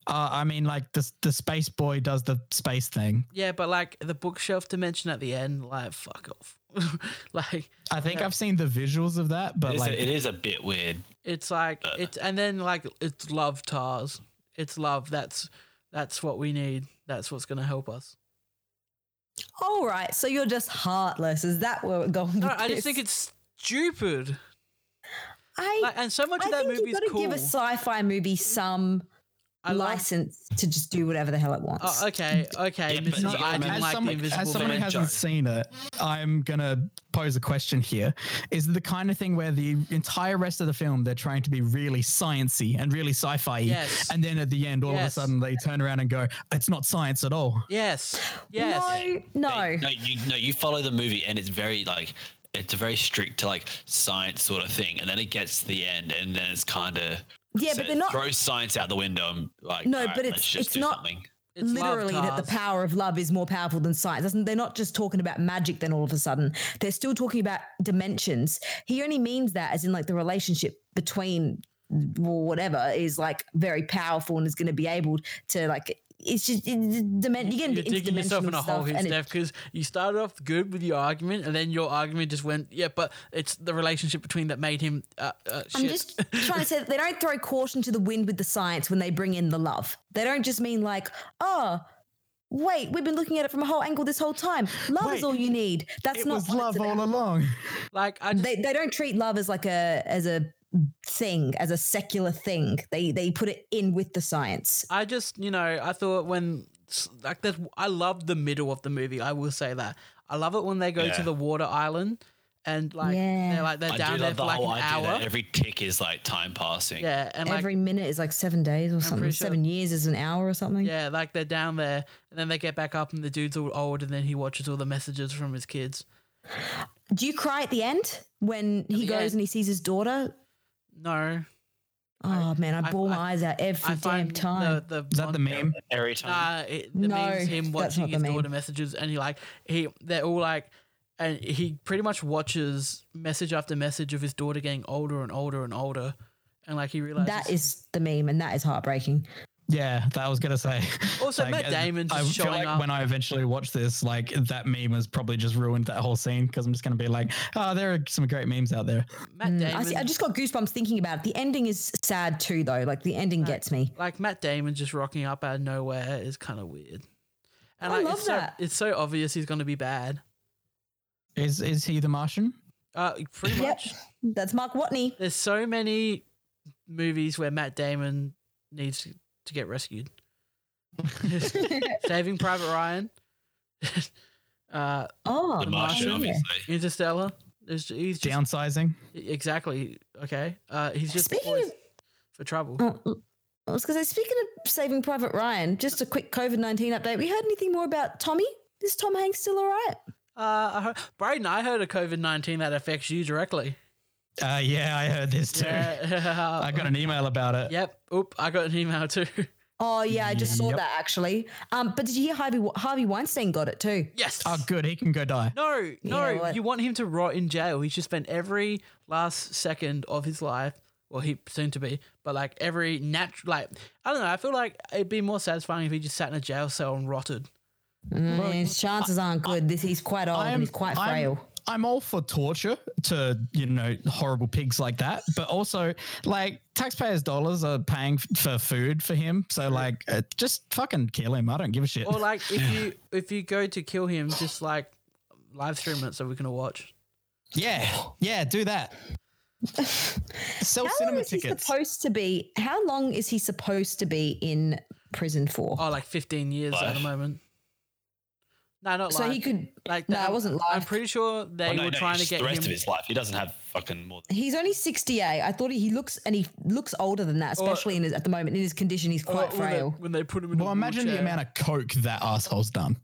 Uh, I mean, like the the space boy does the space thing.
yeah, but like the bookshelf dimension at the end, like fuck off. *laughs* like
I think
Yeah.
I've seen the visuals of that, but
It is,
like
a, it is a bit weird.
It's like
Uh.
it's and then like it's love tars. It's love. That's that's what we need. That's what's gonna help us.
All right, so you're just heartless. Is that where we're going?
No,
with
I just
this?
think it's stupid.
I,
Like, and so much
I
of that
think
movie
you've
is
got to
cool.
give a sci-fi movie some
I love-
license to just do whatever the hell it wants.
Oh, okay, okay.
Yeah, but
Mrs.
no,
I
as
didn't like
someone-
the Invisible
as someone who
Man.
Man
hasn't
joke.
seen it, I'm gonna pose a question here. Is it the kind of thing where the entire rest of the film they're trying to be really sciency and really sci-fi,
Yes.
and then at the end, all of a
Yes.
sudden they turn around and go, "It's not science at all."
*gasps*
Yes, yes.
No, no.
They- no, you no, you follow the movie, and it's very like it's a very strict like science sort of thing, and then it gets to the end, and then it's kind of
yeah, but they're not
throw science out the window and like
No,
"All
but it's-
let's just
it's
do
not-
something.
It's love
literally that the
tars.
power of love is more powerful than science. That's- They're not just talking about magic. Then all of a sudden, they're still talking about dimensions. He only means that as in like the relationship between or whatever is like very powerful and is going to be able to like. It's just dimension. You're,
You're
getting
digging yourself in a hole here,
and it-
Steph, because you started off good with your argument, and then your argument just went, yeah, but it's the relationship between that made him uh, uh, shit.
I'm just trying to say that they don't throw caution to the wind with the science when they bring in the love. They don't just mean like, oh, wait, we've been looking at it from a whole angle this whole time. Love
Wait,
is all you need. That's
It
not
was
what it's
love
about.
all along.
*laughs* like, I just,
They they don't treat love as like a as a thing, as a secular thing. They they put it in with the science.
I just, you know, I thought when like that, I love the middle of the movie. I will say that I love it when they go
Yeah.
to the water island and like
Yeah.
they're like they're
I do
down there
love
for
the
like
whole
an
idea that
hour.
every tick is like time passing.
Yeah, and like
Every minute is like seven days or something.
pretty sure-
Seven years is an hour or something.
yeah, like they're down there, and then they get back up, and the dude's all old, and then he watches all the messages from his kids.
Do you cry at the end when he
the
goes
end.
and he sees his daughter?
No,
Oh man, I,
I-
bawl
I-
my eyes out every
I
damn
find
time.
the the
Is that the
one-
meme?
Every time.
Nah, it, the
No,
meme's him
that's
watching
not the
his
meme.
daughter messages, and he like he they're all like, and he pretty much watches message after message of his daughter getting older and older and older, and like he realizes
that is the meme, and that is heartbreaking.
Yeah, that I was gonna say.
Also, Matt
as-
Damon just
I feel
showing
like
up.
when I eventually watch this, like that meme has probably just ruined that whole scene because I'm just gonna be like, oh, there are some great memes out there.
Matt Damon.
mm, I, see, I just got goosebumps thinking about it. The ending is sad too, though. Like the ending gets me.
like Matt Damon just rocking up out of nowhere is kind of weird. And
I
like,
love
it's
that.
So, it's so obvious he's going to be bad.
Is is he the Martian?
Uh, pretty
Yep.
much.
That's Mark Watney.
There's so many movies where Matt Damon needs to, to get
*laughs*
rescued. Saving Private Ryan, *laughs* uh,
Oh,
the Martian,
Martian,
obviously.
Interstellar. There's, he's just,
Downsizing.
exactly okay. Uh, he's just
Speaking
poised
of-
for trouble.
Oh, I was going to say, speaking of Saving Private Ryan, just a quick COVID 19 update. We heard anything more about Tommy? Is Tom Hanks still all right?
Uh, I heard, Braden, I heard of COVID nineteen that affects you directly.
Uh, yeah, I heard this too.
*laughs* Yeah.
I got an email about it.
Yep. Oop. I got an email too. *laughs*
Oh, yeah, I just saw
Yep.
that actually. Um, But did you hear Harvey, Harvey Weinstein got it too?
Yes.
Oh, good. He can go die.
no, no.
You know what?
you want him to rot in jail. He should spend every last second of his life, well, he soon to be, but like every natural, like, I don't know. I feel like it'd be more satisfying if he just sat in a jail cell and rotted.
Mm, his chances aren't good. this, he's quite old and he's quite frail.
I'm all for torture to, you know, horrible pigs like that, but also like taxpayers' dollars are paying f- for food for him. So like uh, just fucking kill him. I don't give a shit.
Or like, if
*laughs*
you if you go to kill him, just like live stream it so we can all watch.
Yeah. Yeah, do
*laughs*
that. Sell
How long
cinema
is
tickets.
he supposed to be? How long is he supposed to be in prison for?
Oh, like fifteen years at the
Live.
moment. No,
Oh,
not
so
live.
he could.
like
no,
that-
it wasn't
I'm
live.
pretty sure they
Well, Oh, no,
were
no,
trying to
it's
get
the rest
him.
of his life. He doesn't have fucking more than
He's only 68. I thought he, he looks and he looks older than that,
Or-
especially in his, at the moment in his condition. He's quite
Oh, when they-
frail.
When they put him in
well,
a
imagine the
wheelchair.
amount of coke that asshole's done.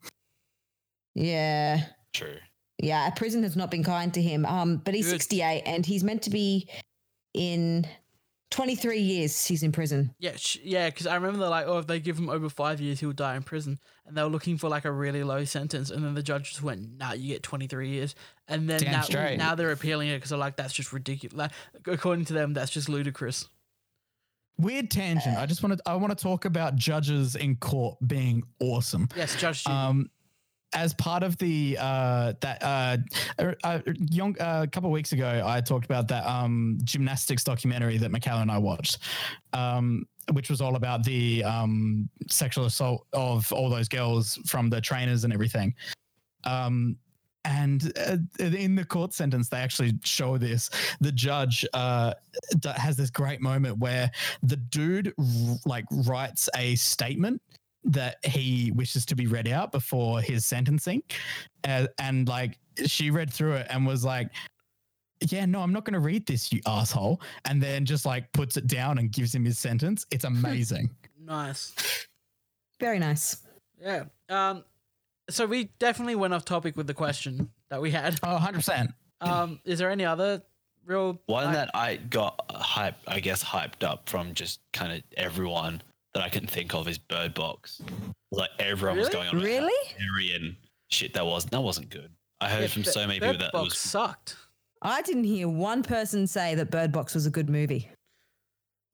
Yeah.
true.
Yeah. Prison has not been kind to him. Um, but he's
Good.
68 and he's meant to be in 23 years. He's in prison.
Yeah, sh- yeah, because I remember they're like, oh, if they give him over five years, he'll die in prison. And they were looking for like a really low sentence. And then the judge just went, nah, you get 23 years. And then
Damn
now,
straight.
now they're appealing it because they're like, that's just ridiculous. Like, according to them, that's just ludicrous.
Weird tangent. I just wanted I want to talk about judges in court being awesome.
Yes, Judge
Uh,
Judy.
um as part of the uh that uh, uh, uh young uh, a couple of weeks ago i talked about that um gymnastics documentary that mccallum and i watched um which was all about the um sexual assault of all those girls from the trainers and everything um and uh, in the court sentence, they actually show this. The judge uh, d- has this great moment where the dude r- like writes a statement that he wishes to be read out before his sentencing. Uh, and like she read through it and was like, yeah, no, I'm not going to read this, you asshole. And then just like puts it down and gives him his sentence.
*laughs*
It's amazing.
nice.
Very nice.
Yeah. Um, so we definitely went off topic with the question that we had.
oh, 100%.
Um, is there any other real.
One
like-
that I got hype, I guess, hyped up from just kind of everyone that I can think of is Bird Box. Like everyone was
Really?
going on about
Really?
how scary and shit. That was that wasn't good. I heard
yeah,
from
Bird-
so many
Bird
people that it
Box
was
sucked.
I didn't hear one person say that Bird Box was a good movie.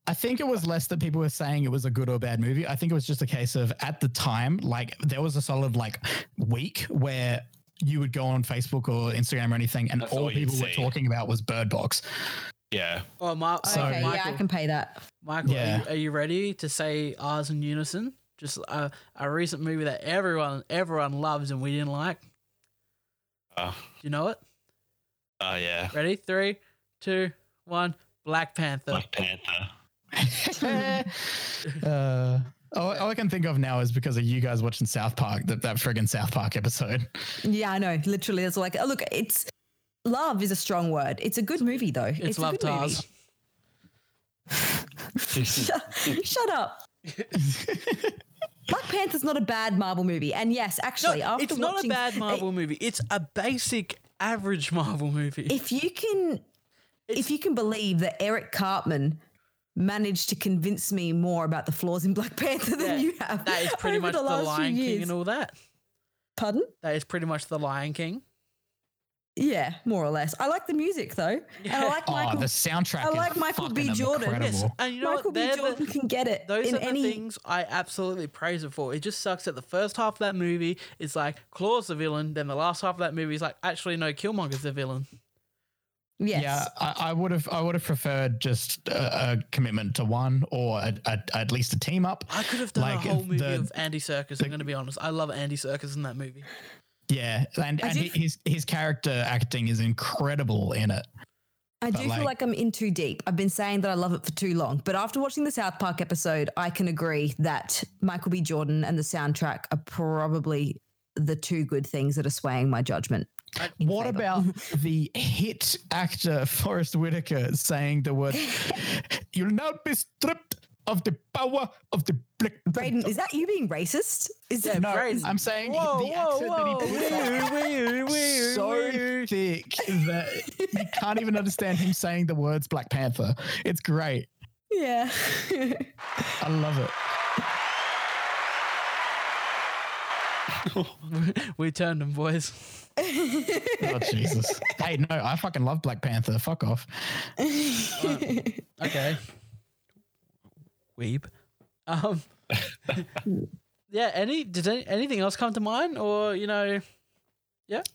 I think it was less that people were saying it was a good or bad movie. I think it was just a case of at the time, like there was a solid like week where you would go on Facebook or Instagram or anything, and
That's
all
all you'd
people were
see.
talking about was Bird Box.
yeah.
Oh, my,
So-
okay,
Michael.
yeah, I can pay that.
Michael, are,
Yeah.
you, are you ready to say ours in unison? Just a, a recent movie that everyone everyone loves and we didn't like.
Oh
You know it?
oh, yeah.
Ready? Three, two, one. Black Panther.
Black Panther.
*laughs* uh, all, all I can think of now is because of you guys watching South Park, that that friggin' South Park episode.
Yeah, I know. Literally, it's like, oh, look, it's love is a strong word. It's a good movie though.
It's,
a
Love
good movie.
Tars.
*laughs* Shut, shut
*laughs*
up. Black Panther's not a bad Marvel movie, and yes,
No,
actually, after
it's not a
watching-
bad Marvel movie. It's a basic, average *laughs* Marvel movie.
If you can, if you can believe that Eric Cartman managed to convince me more about the flaws in Black *laughs* Panther than
Yeah,
you have,
that is pretty
over
much the,
last few
Lion King
years.
and all that.
Pardon?
That is pretty much the Lion King.
Yeah, more or less. I like the music though, and I like
Oh,
Michael.
the soundtrack.
I
is
like Michael B.
fucking
Jordan. Uh,
incredible.
Yes, and you know
Michael
what?
B.
They're the-
Jordan can get it
Those
in
are the
any.
things I absolutely praise it for. It just sucks that the first half of that movie is like Claw's the villain, then the last half of that movie is like actually no, Killmonger's the villain.
Yes.
Yeah, I, I would have. I would have preferred just a, a commitment to one, or a, a, at least a team up.
I could have done
Like,
a whole movie
the-
of Andy Serkis. I'm going to be honest. I love Andy Serkis in that movie. *laughs*
Yeah, and,
I
and
do-
he- his his character acting is incredible in it.
I do
But,
feel
like-
like I'm in too deep. I've been saying that I love it for too long, but after watching the South Park episode, I can agree that Michael B. Jordan and the soundtrack are probably the two good things that are swaying my judgment. in
What
favour.
about
*laughs*
the hit actor Forrest Whitaker saying the
*laughs*
word "You'll now be stripped of the power of the black"?
Braden? Is that you being racist? Is
*laughs*
that *laughs*
no,
Braden.
I'm saying the accent that he did.
whoa,
was So thick that you can't even understand him saying the words Black Panther. It's great.
yeah?
I love it.
We turned them, boys.
Oh Jesus! hey, no, I fucking love Black Panther. Fuck off.
Okay. Weeb. Um. *laughs* yeah. Any did any, anything else come to mind, or you know?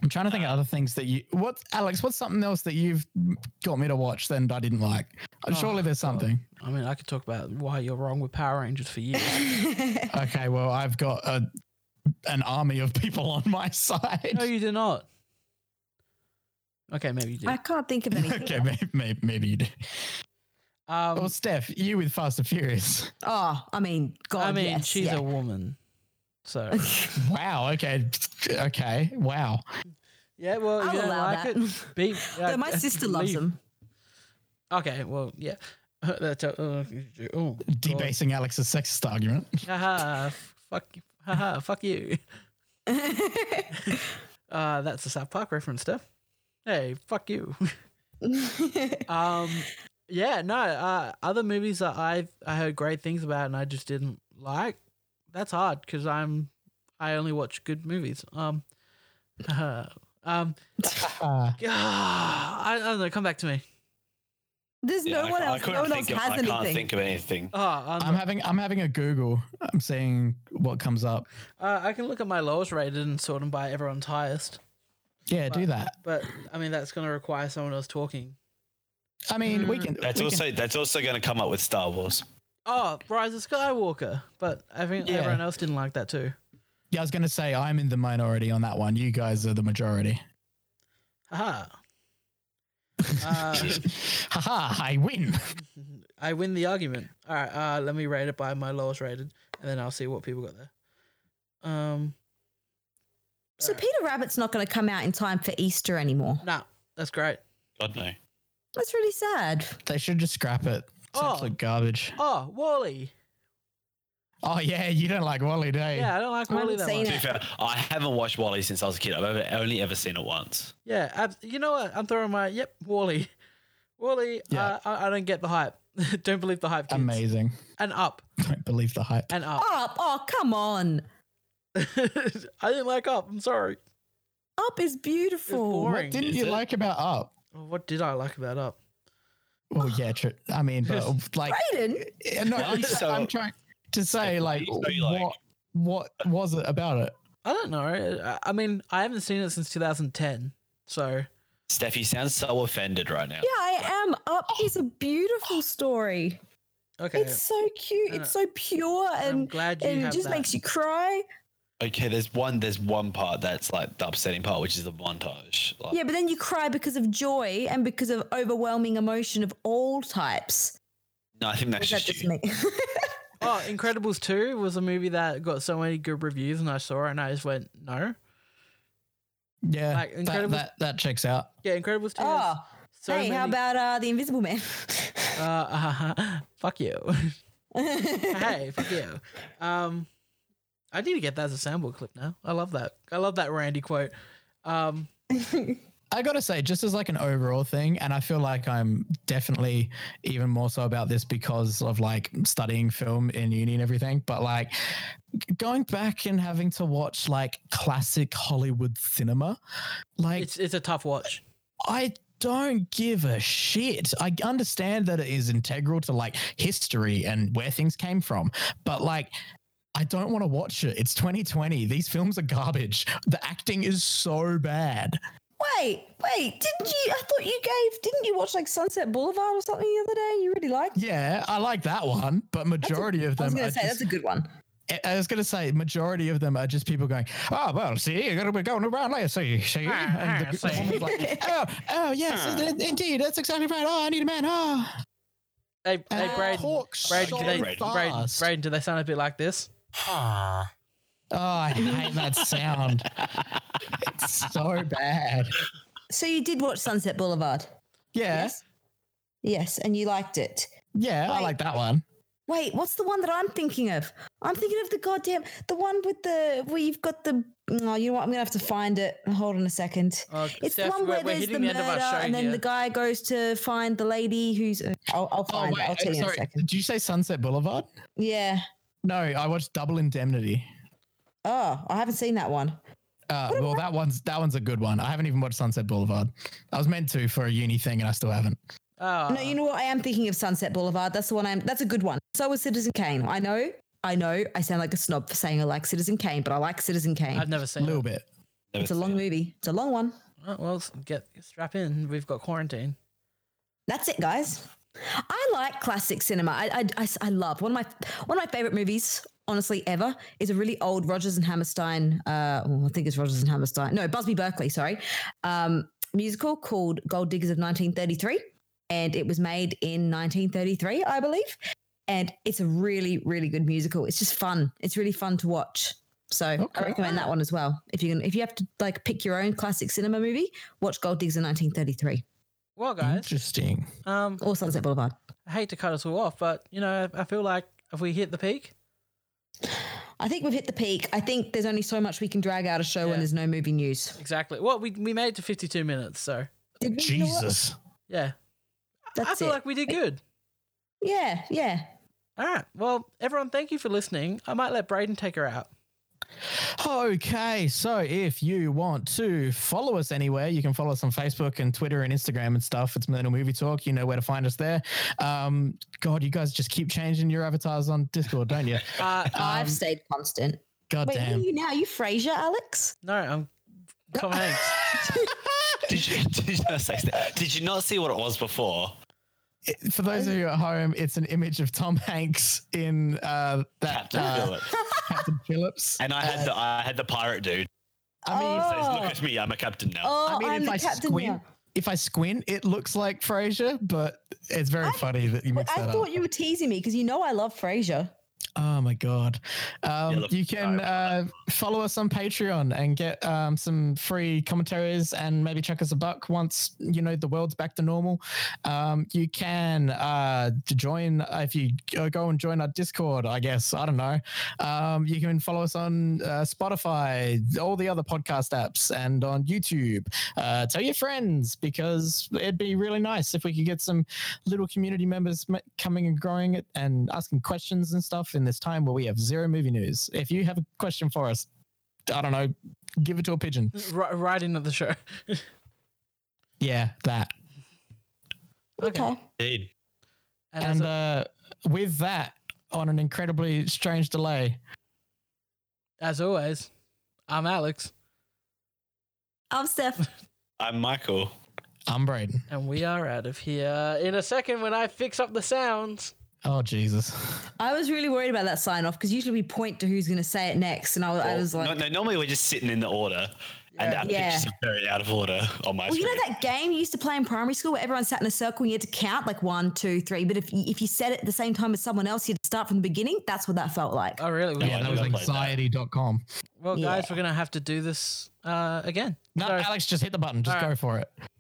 I'm trying to think of other things that you. What, Alex? What's something else that you've got me to watch that I didn't like? Surely there's something.
I mean, I could talk about why you're wrong with Power Rangers for
*laughs*
years.
Okay, well, I've got a, an army of people on my *laughs* side.
no, you do not. Okay, maybe you
I
did.
can't think of anything.
okay, maybe, maybe, maybe you do.
Um,
Well, Steph, you with Fast and Furious.
Oh, I mean, God,
I mean,
yes,
she's
yeah.
a woman,
*laughs*
so
Wow. Okay. Okay. Wow.
yeah. Well,
I'll
you don't
allow
like
that.
it.
*laughs*
Be,
Though my
uh,
sister loves
leave.
them.
Okay, well, yeah. *laughs* That's a- uh, oh, God.
Debasing Alex's
*laughs*
sexist argument.
haha, fuck you, haha, fuck you. uh, that's a South Park reference, Steph. Hey, fuck you. *laughs* um, yeah, no. Uh, other movies that I I heard great things about and I just didn't like. That's hard because I'm I only watch good movies. Um, *laughs* um,
Uh,
I, I don't know. Come back to me.
*laughs*
There's
Yeah,
no
I-
one
I,
else.
couldn't
no one else
think of,
has
I
anything.
can't think of anything.
Oh, um,
I'm having I'm having a Google. I'm seeing what comes up.
uh, I can look at my lowest rated and sort them by everyone's highest.
Yeah, do that.
But I mean, that's going to require someone else talking.
I mean,
Mm.
we can.
That's
we can-
also that's also going to come up with Star Wars.
Oh, Rise of Skywalker. But I think
Yeah.
everyone else didn't like that too.
yeah, I was going to say I'm in the minority on that one. You guys are the majority. *laughs*
Haha. Uh,
Haha, I win.
I win the argument. All right, uh, let me rate it by my lowest rated, and then I'll see what people got there. Um,
so Peter Rabbit's not going to come out in time for Easter anymore.
nah, that's great.
God no.
That's really sad.
They should just scrap it. It's
Oh.
absolute garbage.
Oh, Wally.
Oh yeah, you don't like Wally, do you?
Yeah, I don't like
I
Wally that
haven't seen
much.
To be fair,
it.
I haven't watched Wally since I was a kid. I've ever, only ever seen it once.
Yeah, abs- you know what? I'm throwing my yep, Wally. Wally.
Yeah.
Uh, I-, I don't get the hype. *laughs* don't believe the hype. Kids.
Amazing.
And up
Don't believe the hype.
and up. *laughs*
Up, oh come on!
I didn't like up. I'm sorry.
Up is beautiful.
boring.
Didn't
Is
you
it?
like about Up?
What did I like about up?
Well, yeah, true. I mean,
*laughs*
but like,
Braden,
Yeah, no, I'm,
So-
I'm trying to say
So
like,
you like-
what what was it about it?
I don't know. I- I mean, I haven't seen it since 2010. So
Steph, you sound so offended right now.
yeah, I am. Up
Oh.
is a beautiful story.
okay,
It's so cute. It's so pure,
Um,
I'm
and
glad you
and it
have
just
that.
makes you cry.
Okay, there's one there's one part that's like the upsetting part, which is the montage. Like,
Yeah, but then you cry because of joy and because of overwhelming emotion of all types.
No, I think
Or
that's
Is that
just,
just
you.
me? *laughs*
oh, Incredibles two was a movie that got so many good reviews, and I saw it and I just went no.
Yeah,
Like,
that-
Incredibles-
that, that checks out.
Yeah, Incredibles two. has
Oh,
so
hey, how
many-
about uh, the Invisible Man?
Uh, *laughs* fuck you. hey, fuck you. Um, I need to get that as a sample clip now. I love that. I love that Randy quote. Um,
I gotta say, just as like an overall thing, and I feel like I'm definitely even more so about this because of like studying film in uni and everything. But like g- going back and having to watch like classic Hollywood cinema, like
it's it's a tough watch.
I don't give a shit. I understand that it is integral to like history and where things came from, but like I don't want to watch it. It's 2020. These films are garbage. The acting is so bad.
*laughs* wait, wait, didn't you? I thought you gave, didn't you watch like Sunset Boulevard or something the other day? You really liked.
Yeah, I like that one, but majority of
I was
them
going
are
to say
Um, just
that's a good one.
I- I was going to say, majority of them are just people going, oh, well, see, you're going to be going around later, see, see. And the woman's like, oh, oh, yes, in- indeed, that's exactly right. Oh, I need a man. Oh.
Hey,
And
hey, Braden.
talk
Braden,
so
do they,
Braden.
Braden,
fast.
Braden, do they sound a bit like this?
Oh, I hate that sound. it's so bad.
So you did watch Sunset Boulevard?
Yeah,
Yes. Yes, and you liked it.
yeah, I
Wait.
like that one.
Wait, what's the one that I'm thinking of? I'm thinking of the goddamn the one with the where you've got the. Oh, you know what? I'm gonna have to find it. Hold on a second.
Uh,
It's
Steph,
the one
we're-
where
we're
there's the
hitting end
murder,
of our show
and then
here.
the guy goes to find the lady who's. I'll, I'll
Oh,
find it. I'll
wait,
tell you in a
sorry,
second.
did you say Sunset Boulevard?
Yeah.
No, I watched Double Indemnity.
Oh, I haven't seen that one.
Uh, well, that one's that one's a good one. I haven't even watched Sunset Boulevard. I was meant to for a uni thing, and I still haven't.
Ah,
No, you know what? I am thinking of Sunset Boulevard. That's the one I'm. That's a good one. So is Citizen Kane. I know. I know. I sound like a snob for saying I like Citizen Kane, but I like Citizen Kane.
I've never
A
seen
little
it.
bit.
Never
it's a
seen
long
it.
movie. It's a long one.
Oh, well, s- get strap in. We've got quarantine.
That's it, guys. I like classic cinema. I, I- I s- I love one of my one of my favorite movies, honestly, ever is a really old Rogers and Hammerstein. Uh, oh, I think it's Rogers and Hammerstein. No, Busby Berkeley. Sorry, um, musical called Gold Diggers of 1933, and it was made in 1933, I believe. And it's a really, really good musical. It's just fun. It's really fun to watch. So
Okay.
I recommend that one as well. If you can, if you have to like pick your own classic cinema movie, watch Gold Diggers of 1933
Well, guys,
Interesting.
um,
or Sunset Boulevard.
I hate to cut us all off, but you know, I feel like if we hit the peak,
I think we've hit the peak. I think there's only so much we can drag out a
Yeah.
show when there's no movie news.
exactly. Well, we we made it to fifty-two minutes, so
Did we- you know what?
Oh, Jesus.
yeah, I
That's
feel
it.
like we did good.
yeah, yeah.
All right. Well, everyone, thank you for listening. I might let Braden take her out.
Okay, so if you want to follow us anywhere, you can follow us on Facebook and Twitter and Instagram and stuff. It's Millennial Movie Talk. You know where to find us there. Um, God, you guys just keep changing your avatars on Discord, don't
*laughs*
you?
Uh, *laughs*
I've stayed constant.
God
Wait, what are
Um, oh, damn.
you now? Are you Frasier, Alex?
no, I'm Tom Hanks.
Did you, did, you say that? did you not see what it was before?
For those of you at home, it's an image of Tom Hanks in uh, that
Captain
uh,
Phillips.
Captain Phillips.
And I
*laughs*
had the I had the pirate dude.
I mean,
He says,
Oh.
Look at me, I'm a captain now.
Oh,
I mean,
am
if
the
I
captain
squint,
now.
if I squint, it looks like Frasier, but it's very funny that you
Wait,
mix
I
that up.
thought you were teasing me because you know I love Frasier.
Oh my god! Um,
look,
you can
I-
uh, follow us on Patreon and get um, some free commentaries and maybe chuck us a buck once you know the world's back to normal. Um, you can uh, j- join uh, if you go go and join our Discord. I guess I don't know. Um, you can follow us on uh, Spotify, all the other podcast apps, and on YouTube. Uh, tell your friends because it'd be really nice if we could get some little community members m- coming and growing it and asking questions and stuff in this time where we have zero movie news. If you have a question for us, I don't know, give it to a pigeon.
R- right into the show.
Yeah, that.
Okay.
Indeed.
And,
And
as a-
uh, with that, on an incredibly strange delay,
as always, I'm Alex,
I'm Steph.
I'm Michael.
I'm Braden.
and we are out of here in a second when I fix up the sounds.
Oh, Jesus.
I was really worried about that sign off because usually we point to who's going to say it next, and I, I was like,
no, no, normally we're just sitting in the order, and I
Yeah.
pictures are very out of order on my
Well, you
screen.
know that game you used to play in primary school where everyone sat in a circle and you had to count like one, two, three. But if you, if you said it at the same time as someone else, you'd start from the beginning, that's what that felt like.
Oh, really?
Yeah, that was
I played that.
anxiety.com.
Well, guys,
Yeah.
we're gonna have to do this uh, again.
No,
Sorry.
Alex, just hit the button. Just
All
go
right.
for it.